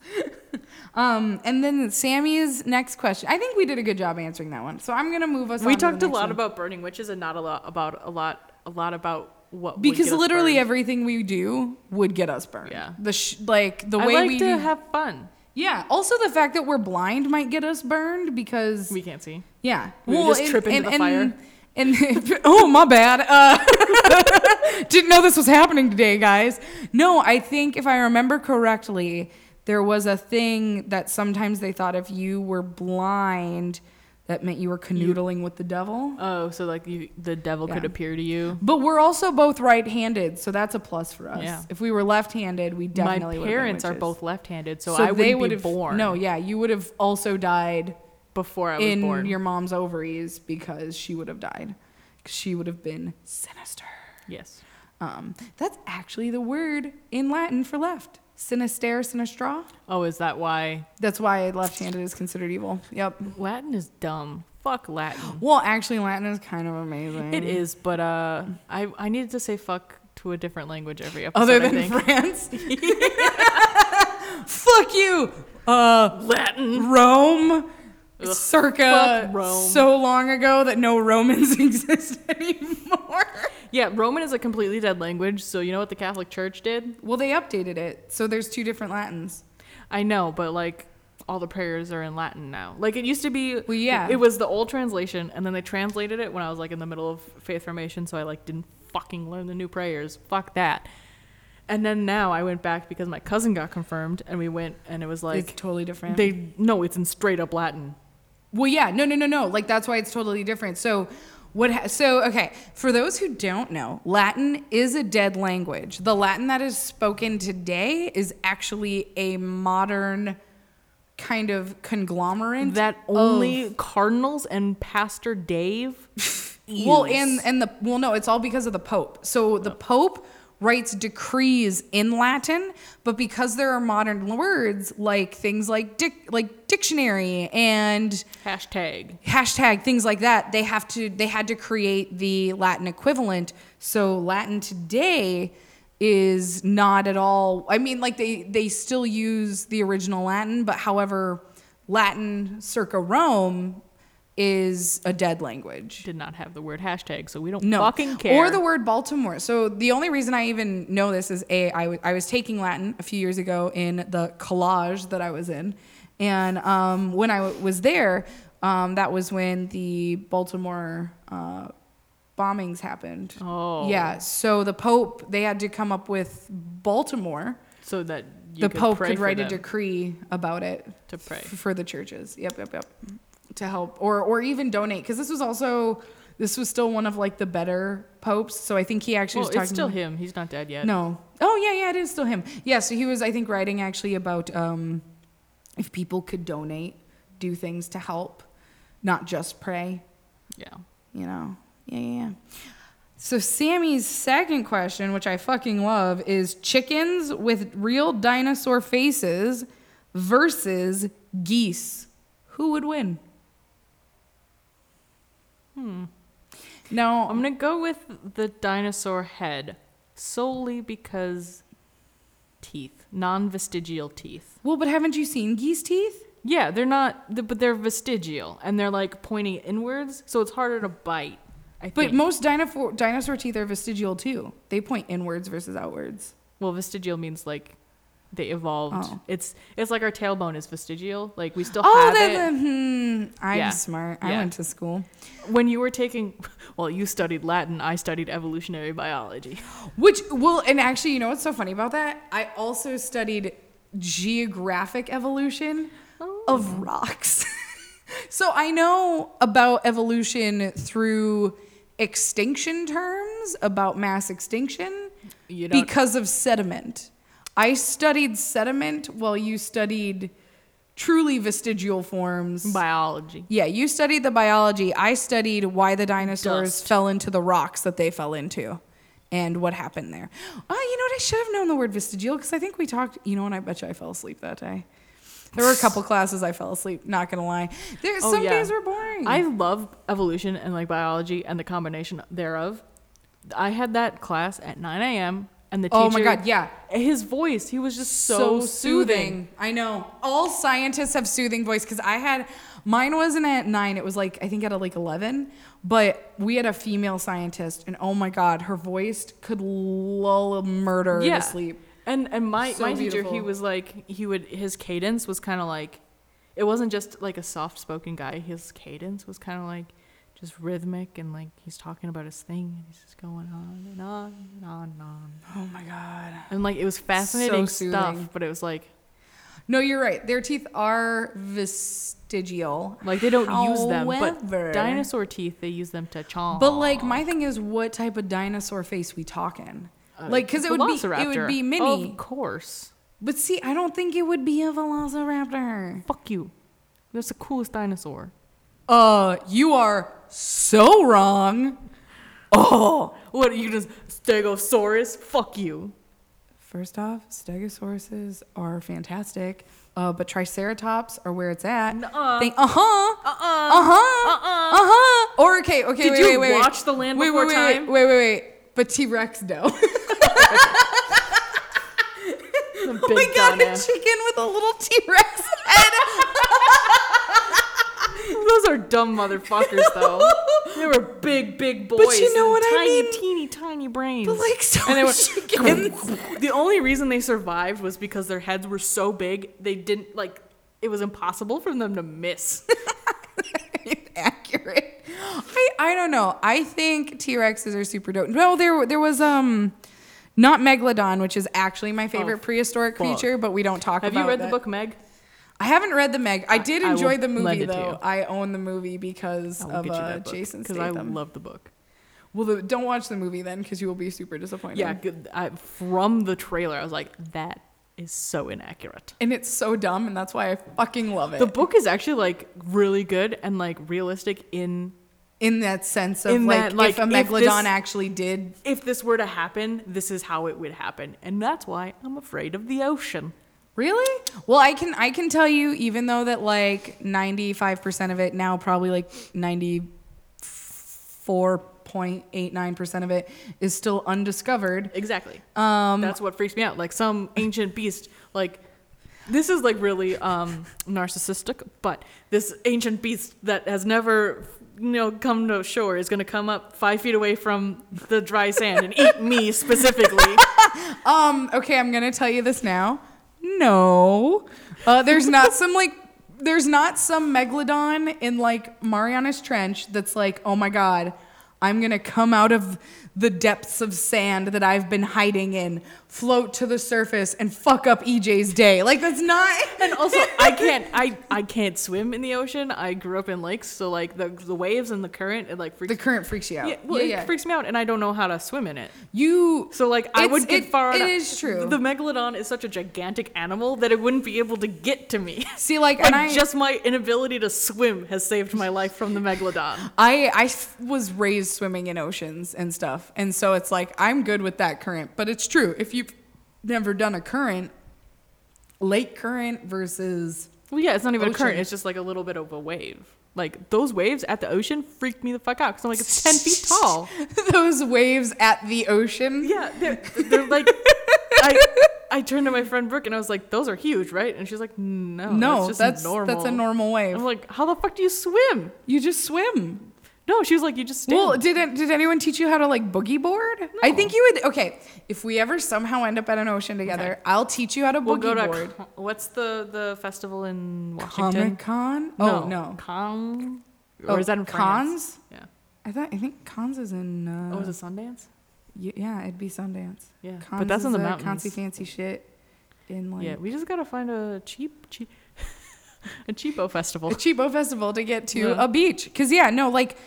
um, and then Sammy's next question. I think we did a good job answering that one, so I'm gonna move us. we on to the talked a next lot one. about burning witches and not a lot about a lot a lot about what would because get us literally burned. everything we do would get us burned. Yeah. The sh- like the way I like we to do- have fun. yeah. Also the fact that we're blind might get us burned because We can't see. Yeah. We would just trip into the fire. And, oh, my bad. Uh, didn't know this was happening today, guys. No, I think if I remember correctly, there was a thing that sometimes they thought if you were blind, that meant you were canoodling with the devil. Oh, so like you, the devil could Yeah. appear to you. But we're also both right-handed, so that's a plus for us. Yeah. If we were left-handed, we definitely My would have been parents are witches. both left-handed, so, I they would be would've- born. No, yeah, you would have also died before I was in born. your mom's ovaries because she would have died. 'Cause She would have been sinister. yes. Um, that's actually the word in Latin for left. Sinister, sinistra. Oh, is that why That's why left-handed is considered evil. Yep. Latin is dumb? Fuck Latin. Well, actually, Latin is kind of amazing. It is, but uh, I I needed to say fuck to a different language every episode. Other I than think. France. Fuck you. Uh, Latin. Rome. Ugh. circa Fuck Rome. so long ago that no Romans exist anymore. Yeah, Roman is a completely dead language, so you know what the Catholic Church did? Well, they updated it, so there's two different Latins. I know, but like all the prayers are in Latin now. Like it used to be Well, yeah. It, was the old translation and then they translated it when I was like in the middle of faith formation, so I like didn't fucking learn the new prayers. Fuck that. And then now I went back because my cousin got confirmed and we went and it was it's like totally different. they no, it's in straight up Latin. Well, yeah, no, no, no, no. Like that's why it's totally different. So, what? Ha- so, okay, for those who don't know, Latin is a dead language. The Latin that is spoken today is actually a modern kind of conglomerate That of- only cardinals and Pastor Dave well, use. and and the well, no, it's all because of the Pope. So the Pope writes decrees in Latin, but because there are modern words like things like dic- like dictionary and hashtag. hashtag things like that they have to they had to create the latin equivalent so latin today is not at all i mean like they they still use the original latin but however latin circa rome is a dead language Did not have the word hashtag, so we don't no fucking care. or the word baltimore so the only reason i even know this is a I wa- I was taking latin a few years ago in the collage that i was in and um, when i w- was there um, that was when the baltimore uh, bombings happened Oh. yeah so the pope they had to come up with baltimore so that you the pope pray could for write a them. decree about it To pray. f- for the churches. Yep, yep, yep. To help or or even donate because this was also this was still one of like the better popes. So I think he actually Well, was talking. it's still him. He's not dead yet. No. Oh yeah, yeah, it is still him. Yeah. So he was I think writing actually about um, if people could donate, do things to help, not just pray Yeah. you know. Yeah, yeah, yeah. So Sammy's second question, which I fucking love, is chickens with real dinosaur faces versus geese. Who would win? Hmm. No, I'm gonna go with the dinosaur head solely because teeth, non-vestigial teeth. well, but haven't you seen geese teeth? Yeah, they're not, th- but they're vestigial and they're like pointing inwards, so it's harder to bite. I But think. most dinosaur dinosaur teeth are vestigial too. They point inwards versus outwards. well, vestigial means like they evolved. Oh. It's it's like our tailbone is vestigial. Like we still Oh, have then, it. then, hmm, I'm Yeah. smart. I Yeah. went to school. When you were taking, well, you studied Latin. I studied evolutionary biology. Which well, and actually, you know what's so funny about that? I also studied geographic evolution Oh. of rocks. so I know about evolution through extinction terms, about mass extinction You don't- because of sediment. I studied sediment while you studied truly vestigial forms. Biology. yeah, you studied the biology. I studied why the dinosaurs Dust. fell into the rocks that they fell into and what happened there. Oh, you know what? I should have known the word vestigial because I think we talked. You know what? I bet you I fell asleep that day. There were a couple classes I fell asleep, not going to lie. There, Oh, some yeah. days were boring. I love evolution and like biology and the combination thereof. I had that class at 9 a.m. and the teacher. Oh my God, yeah. His voice, he was just so, soothing. I know. All scientists have soothing voice because I had mine wasn't at nine. It was like I think at like eleven. But we had a female scientist, and oh my god, her voice could lull a murderer Yeah. to sleep. And and my So my teacher, he beautiful. was like he would his cadence was kind of like, it wasn't just like a soft spoken guy. His cadence was kind of like just rhythmic and like he's talking about his thing and he's just going on and on and on and on. Oh my god. And like it was fascinating soothing. stuff, but it was like No, you're right. Their teeth are vestigial. Like they don't use them, However- but dinosaur teeth they use them to chomp. But like my thing is, what type of dinosaur face we talking? like, because it would be it would Velociraptor. be mini. Of course, But see, I don't think it would be a velociraptor. fuck you. That's the coolest dinosaur. Uh, you are so wrong. Oh. What you just Stegosaurus? Fuck you. First off, stegosauruses are fantastic, uh, but triceratops are where it's at. Nuh-uh. They- uh-huh. Uh-uh. Um, Uh-huh. Uh-uh. Uh-huh. Or, okay, okay, Did wait, you wait, wait, wait. watch The Land wait, Before wait, Time? Wait, wait, wait, wait. But T-Rex, no. The Oh big we got dino. a chicken with a little T-Rex head. Those are dumb motherfuckers, though. they were big, big boys. you know and what I tiny, mean? teeny, tiny brains. But like so And they were- chickens. the only reason they survived was because their heads were so big they didn't like. It was impossible for them to miss. accurate. I, I don't know. I think T Rexes are super dope. No, there there was um not Megalodon, which is actually my favorite Oh, prehistoric fuck. creature, but we don't talk Have about you read the that. book Meg? I haven't read the Meg. I did I will enjoy the lend movie it to though. you. I own the movie because I will of get you uh, that book Jason because Statham. I love the book. well, the, don't watch the movie then because you will be super disappointed. Yeah, good- I, from the trailer, I was like, that is so inaccurate. and it's so dumb, and that's why I fucking love it. The book is actually like really good and like realistic in in that sense of In like, that, like, if a if megalodon this- actually did if this were to happen, this is how it would happen. And that's why I'm afraid of the ocean. Really? Well, I can I can tell you, even though that like ninety five percent of it now, probably like ninety four point eight nine percent of it is still undiscovered. Exactly. Um that's what freaks me out. Like some ancient beast like this is like really um narcissistic, but this ancient beast that has never you know come to shore is going to come up 5 feet away from the dry sand and eat me specifically. Um. Okay, I'm gonna tell you this now. No, uh, there's not some like there's not some megalodon in like Mariana's Trench that's like, oh my god, I'm gonna come out of the depths of sand that I've been hiding in, float to the surface, and fuck up EJ's day. Like that's not. and also I can't I I can't swim in the ocean. I grew up in lakes, so like the the waves and the current it like freaks The current freaks you out. Yeah, well, it freaks me out, and I don't know how to swim in it. you. So like, I It's- would get it- far. It enough- is true. The megalodon is such a gigantic animal that it wouldn't be able to get to me. See, like, Like and I just my inability to swim has saved my life from the megalodon. I I f- was raised swimming in oceans and stuff, and so it's like I'm good with that current. But it's true if you've never done a current, lake current versus Well, yeah, it's not even a current; Ocean. it's just like a little bit of a wave. Like those waves at the ocean freaked me the fuck out because I'm like, it's ten feet tall. those waves at the ocean. Yeah, they're, they're like, I, I turned to my friend Brooke and I was like, those are huge, right? And she's like, no, no, that's that's that's, just normal. a normal wave. I'm like, how the fuck do you swim? You just swim. No, she was like, you just stand. Well, didn't did anyone teach you how to like boogie board? I think you would. Okay, if we ever somehow end up at an ocean together, I'll teach you how to boogie we'll go to board. Con- what's the the festival in Washington? Comic Con? Oh no, Con, Oh, or is that in France? cons? Yeah. I thought I think Cons is in. Uh, Oh, is it Sundance? y- yeah, it'd be Sundance. Yeah, Cons but that's in is, uh, the mountains. Consy fancy shit. In like yeah, we just gotta find a cheap cheap a cheapo festival. a cheapo festival to get to Yeah. a beach. Cause yeah, no, like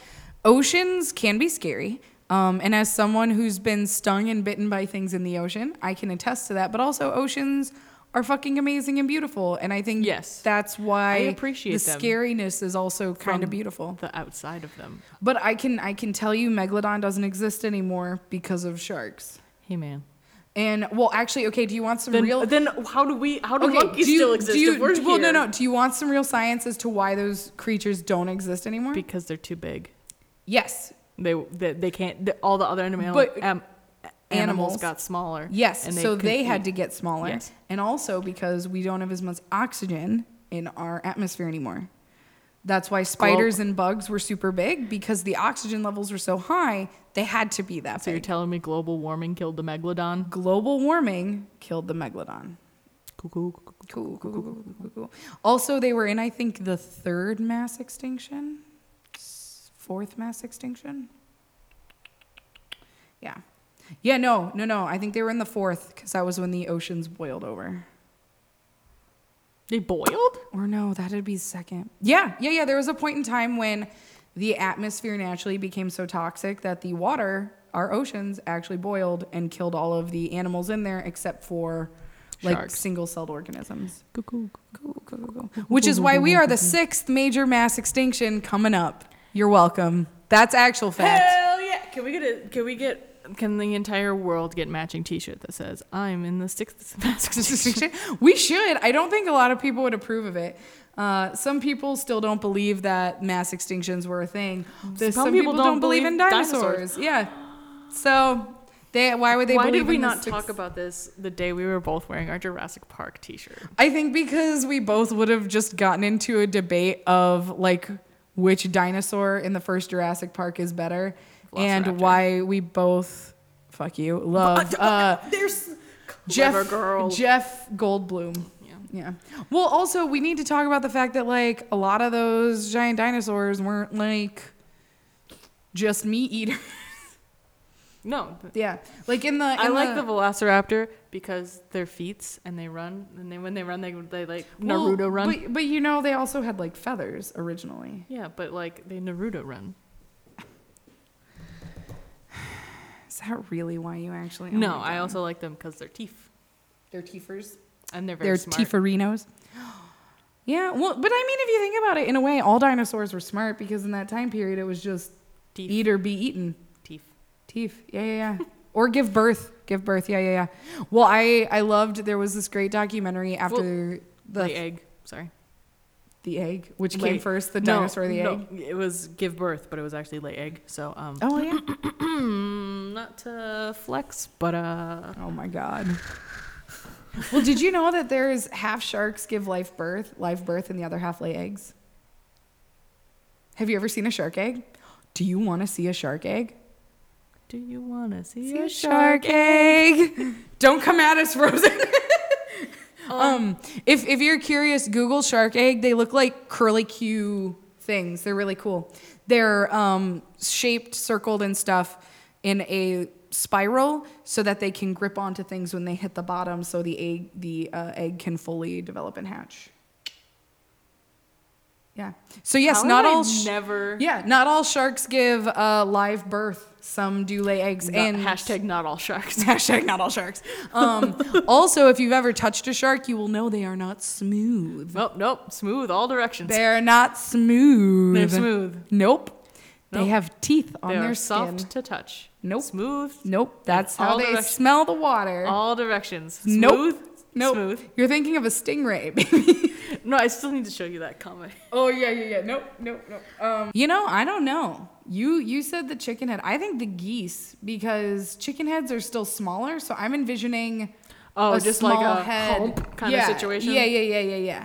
oceans can be scary. Um, and as someone who's been stung and bitten by things in the ocean, I can attest to that. But also, oceans are fucking amazing and beautiful. And I think Yes. that's why I appreciate the them scariness is also kind from of beautiful. The outside of them. But I can I can tell you, megalodon doesn't exist anymore because of sharks. Hey man. And well, actually, okay. Do you want some Then, real? then how do we? How do okay, monkeys do you, still exist? Do you, if we're well, here? no, no. Do you want some real science as to why those creatures don't exist anymore? Because they're too big. yes, They they, they can't. the- all the other animal, But- am- animals, Animals. got smaller. yes. and so could they eat. had to get smaller, Yes. and also because we don't have as much oxygen in our atmosphere anymore. That's why spiders and bugs were super big because the oxygen levels were so high. They had to be that So you're big. telling me global warming killed the megalodon? Global warming killed the megalodon. Cuckoo. Cool, cool, cool, cool, cool, cool, cool. Also, they were in, I think, the third mass extinction, S- fourth mass extinction. Yeah. Yeah, no, no, no. I think they were in the fourth because that was when the oceans boiled over. They boiled? Or no, that'd be second. Yeah, yeah, yeah. There was a point in time when the atmosphere naturally became so toxic that the water, our oceans, actually boiled and killed all of the animals in there except for like Sharks. single celled organisms. Cuckoo. Cool, cool, cool, cool. Which is why we are the sixth major mass extinction coming up. You're welcome. That's actual fact. Hell yeah! Can we get a? Can we get? Can the entire world get matching T-shirt that says "I'm in the sixth mass extinction"? we should. I don't think a lot of people would approve of it. Uh, some people still don't believe that mass extinctions were a thing. Some some people, people don't don't, believe in believe dinosaurs. dinosaurs. Yeah. So they why would they Why believe did we in the not sixth- talk about this the day we were both wearing our Jurassic Park T-shirt? I think because we both would have just gotten into a debate of like which dinosaur in the first Jurassic Park is better, and why we both fuck you love uh, There's Jeff girl. Jeff Goldblum. Yeah. Well, also we need to talk about the fact that like a lot of those giant dinosaurs weren't like just meat eaters. no. yeah. Like in the I in like the Velociraptor because their feet and they run and then when they run they they like well, Naruto run. But, but you know they also had like feathers originally. yeah, but like they Naruto run. Is that really why you actually? own No, a I dino? also like them because they're teeth they're teefers. and they're very They're smart. teeferinos. Yeah, well, but I mean, if you think about it, in a way, all dinosaurs were smart because in that time period, it was just Teeth. eat or be eaten. Teeth. Teeth. Yeah, yeah, yeah. or give birth. Give birth. Yeah, yeah, yeah. Well, I I loved there was this great documentary after the The, the egg, egg. Sorry. which Lay- came first, the No, dinosaur, or the no, egg. It was give birth, but it was actually lay egg. So um mm, Oh yeah. not to flex, but uh oh my god. Well, did you know that there's half sharks give life birth, live birth, and the other half lay eggs? Have you ever seen a shark egg? Do you want to see a shark egg? do you wanna see, See a shark egg. Don't come at us, Frozen. um, if if you're curious, Google shark egg. They look like curly Q things. They're really cool. They're um, shaped, circled, and stuff in a spiral so that they can grip onto things when they hit the bottom, so the egg the uh, egg can fully develop and hatch. Yeah. So yes, How not have I all. sh- never yeah, not all sharks give uh, live birth. Some do lay eggs. not- and hashtag not all sharks. hashtag not all sharks. Um, also, if you've ever touched a shark, you will know they are not smooth. nope, nope. Smooth all directions. They're not smooth. They're smooth. Nope. They Nope. have teeth on They their are skin. soft to touch. Nope. Smooth. Nope. That's how all they directions. smell the water. All directions. Smooth. Nope. nope. Smooth. You're thinking of a stingray, baby. No, I still need to show you that comment. oh yeah, yeah, yeah. Nope, nope, nope. Um, you know, I don't know. You you said the chicken head. I think the geese because chicken heads are still smaller. So I'm envisioning. Oh, a just small like a head. hump kind yeah. of situation. Yeah, yeah, yeah, yeah, yeah.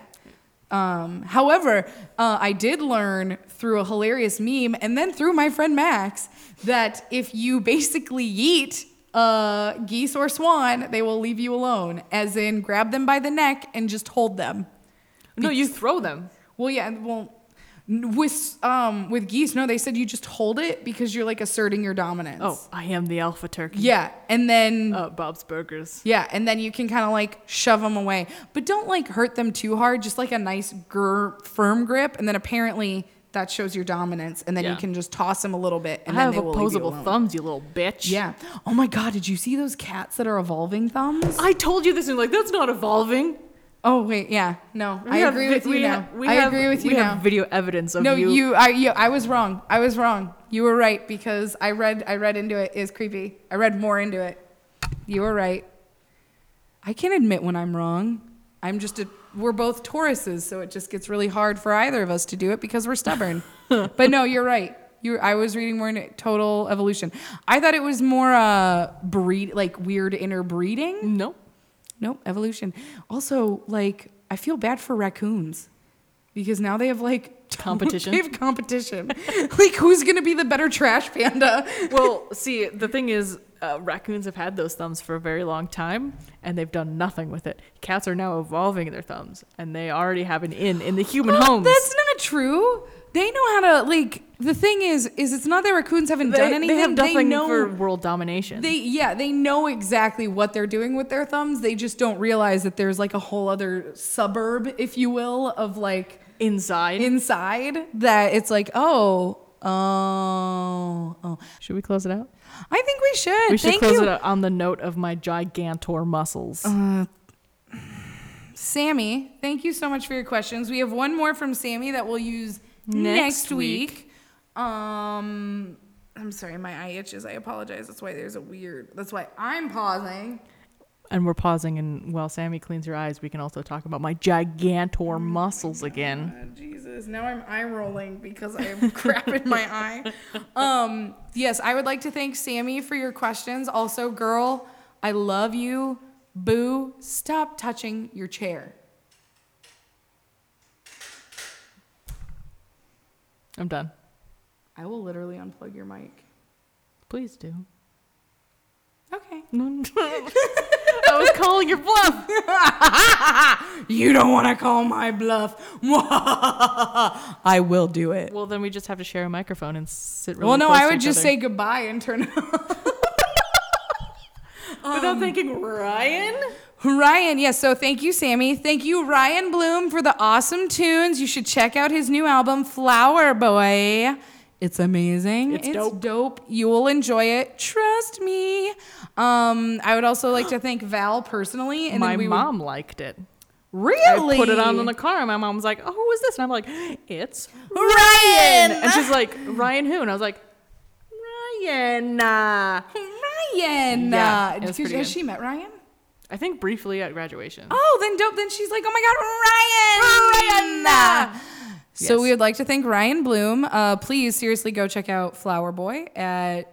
Um, however, uh, I did learn through a hilarious meme and then through my friend Max that if you basically yeet uh, geese or swan, they will leave you alone, as in grab them by the neck and just hold them. No, you throw them. Well, yeah, and well, n- with um with geese, no, they said you just hold it because you're like asserting your dominance. Oh, I am the alpha turkey. yeah, and then Uh, Bob's Burgers. Yeah, and then you can kind of like shove them away, but don't like hurt them too hard. Just like a nice gr- firm grip, and then apparently that shows your dominance, and then you Yeah. can just toss them a little bit, and I then have they will leave you opposable alone. thumbs, you little bitch. Yeah. Oh my God, did you see those cats that are evolving thumbs? I told you this, and you're like that's not evolving. Oh wait, yeah, no, I have agree vi- with you we now. ha- we I have- agree with you we now. have video evidence of no, you. you, I, you, I was wrong. I was wrong. You were right because I read, I read into it. Is creepy. I read more into it. You were right. I can't admit when I'm wrong. I'm just a. We're both Tauruses, so it just gets really hard for either of us to do it because we're stubborn. but no, you're right. You, I was reading more into total evolution. I thought it was more uh breed, like weird interbreeding. Nope. Nope, evolution. Also, like, I feel bad for raccoons because now they have like Competition. They have competition. like, who's gonna be the better trash panda? well, see, the thing is, uh, raccoons have had those thumbs for a very long time, and they've done nothing with it. Cats are now evolving their thumbs, and they already have an in in the human Oh, homes. That's not true. They know how to like. The thing is, is it's not that raccoons haven't they, done anything. they have nothing know for world domination. they yeah they know exactly what they're doing with their thumbs. They just don't realize that there's like a whole other suburb, if you will, of like Inside. inside that it's like oh oh oh. should we close it out? I think we should. We should Thank close you, it out on the note of my gigantor muscles. Sammy. Thank you so much for your questions. We have one more from Sammy that we'll use next, Next week. Um, I'm sorry, my eye itches. I apologize. That's why there's a weird. That's why I'm pausing. and we're pausing, and while Sammy cleans her eyes, we can also talk about my gigantor muscles again. Uh, Jesus, now I'm eye rolling because I have crap in my eye. Um, yes, I would like to thank Sammy for your questions. Also, girl, I love you. Boo, stop touching your chair. I'm done. I will literally unplug your mic. Please do. Okay. I was calling your bluff. You don't want to call my bluff. I will do it. Well, then we just have to share a microphone and sit. Really Well, no, close I to would each just other. say goodbye and turn it off. without thinking, Ryan. Ryan, yes. so thank you, Sammy. Thank you, Ryan Bloom, for the awesome tunes. You should check out his new album, Flower Boy. It's amazing. It's dope. You will enjoy it. Trust me. Um, I would also like to thank Val personally. And My then we would- mom liked it. really I put it on in the car, and my mom was like, "Oh, who is this?" And I'm like, "It's Ryan. Ryan." And she's like, "Ryan who?" And I was like, "Ryan." uh." Ryan. Yeah, Uh, it was has pretty good. she met Ryan? I think briefly at graduation. Oh, then dope. Then she's like, oh my God, Ryan. So Yes. we would like to thank Ryan Bloom. Uh, please seriously go check out Flower Boy at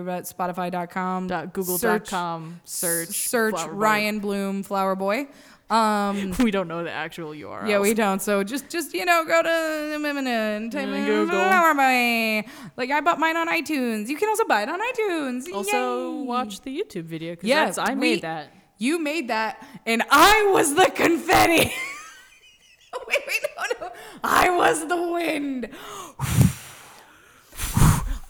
www.spotify.com. Dot Search- Google.com search Search Flower Boy. Ryan Bloom Flower Boy. Um, We don't know the actual URL. yeah, we don't. So just just you know, go to and type Mm, in Google. Flower Boy. Like I bought mine on iTunes. You can also buy it on iTunes. also Yay. watch the YouTube video because Yes, I we- made that. You made that, and I was the confetti. wait, wait, no, no. I was the wind.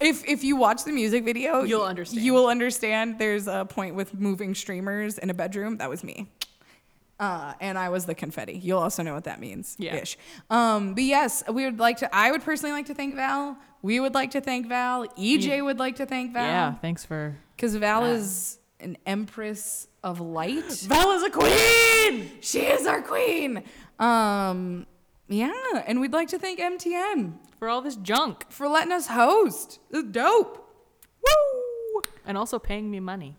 If, if you watch the music video, You'll understand. You will understand. There's a point with moving streamers in a bedroom. That was me. Uh, and I was the confetti. You'll also know what that means. Yeah. Ish. Um, but yes, we would like to. I would personally like to thank Val. We would like to thank Val. EJ would like to thank Val. E Yeah, thanks for. Because Val is an empress of light. Val is a queen. She is our queen. Um, yeah, and we'd like to thank MTN for all this junk for letting us host. This is dope. Woo! and also paying me money.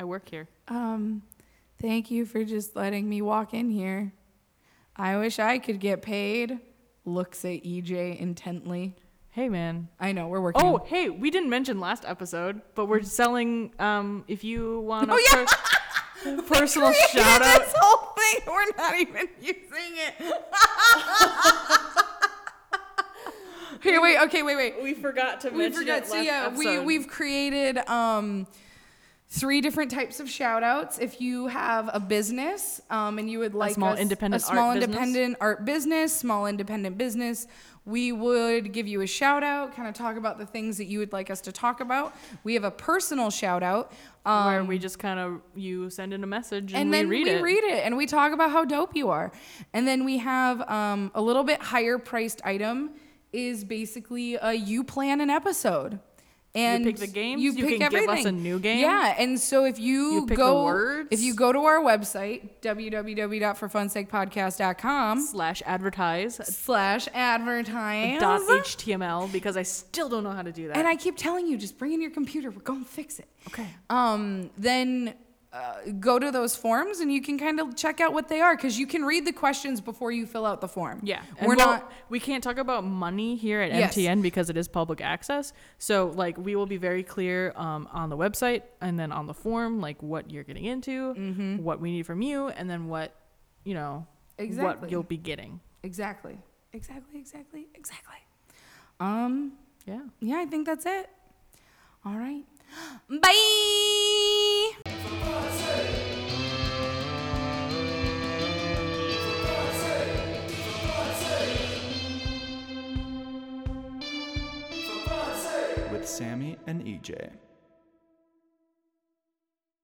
I work here. Um, thank you for just letting me walk in here. I wish I could get paid. Looks at EJ intently. Hey, man. I know we're working. Oh, on- hey, we didn't mention last episode, but we're selling. Um, if you want a Oh, yeah. per- personal Created shout out, This whole thing. We're not even using it. Here, wait. Okay, wait, wait. we forgot to we forgot so yeah we, we've created um, three different types of shout outs if you have a business um, and you would like small us- independent a art small business? independent art business small independent business we would give you a shout out kind of talk about the things that you would like us to talk about we have a personal shout out um, where we just kind of you send in a message and, and then we read we it. read it and we talk about how dope you are and then we have um, a little bit higher priced item is basically a you plan an episode and pick the games, you can give us a new game. yeah and so if you, You pick the go words. if you go to our website www.forfunsakepodcast.com slash advertise slash advertise dot html because I still don't know how to do that. and I keep telling you, just bring in your computer. We're going to fix it. Okay. Um, then uh, go to those forms and you can kind of check out what they are because you can read the questions before you fill out the form. Yeah, We're well, not. We can't talk about money here at Yes. MTN because it is public access. So, like, we will be very clear um, on the website and then on the form, like what you're getting into, Mm-hmm. what we need from you, and then what you know, Exactly. what you'll be getting. Exactly. Exactly. Exactly. Exactly. Um, Yeah. yeah, I think that's it. All right. Bye. With Sammy and E EJ.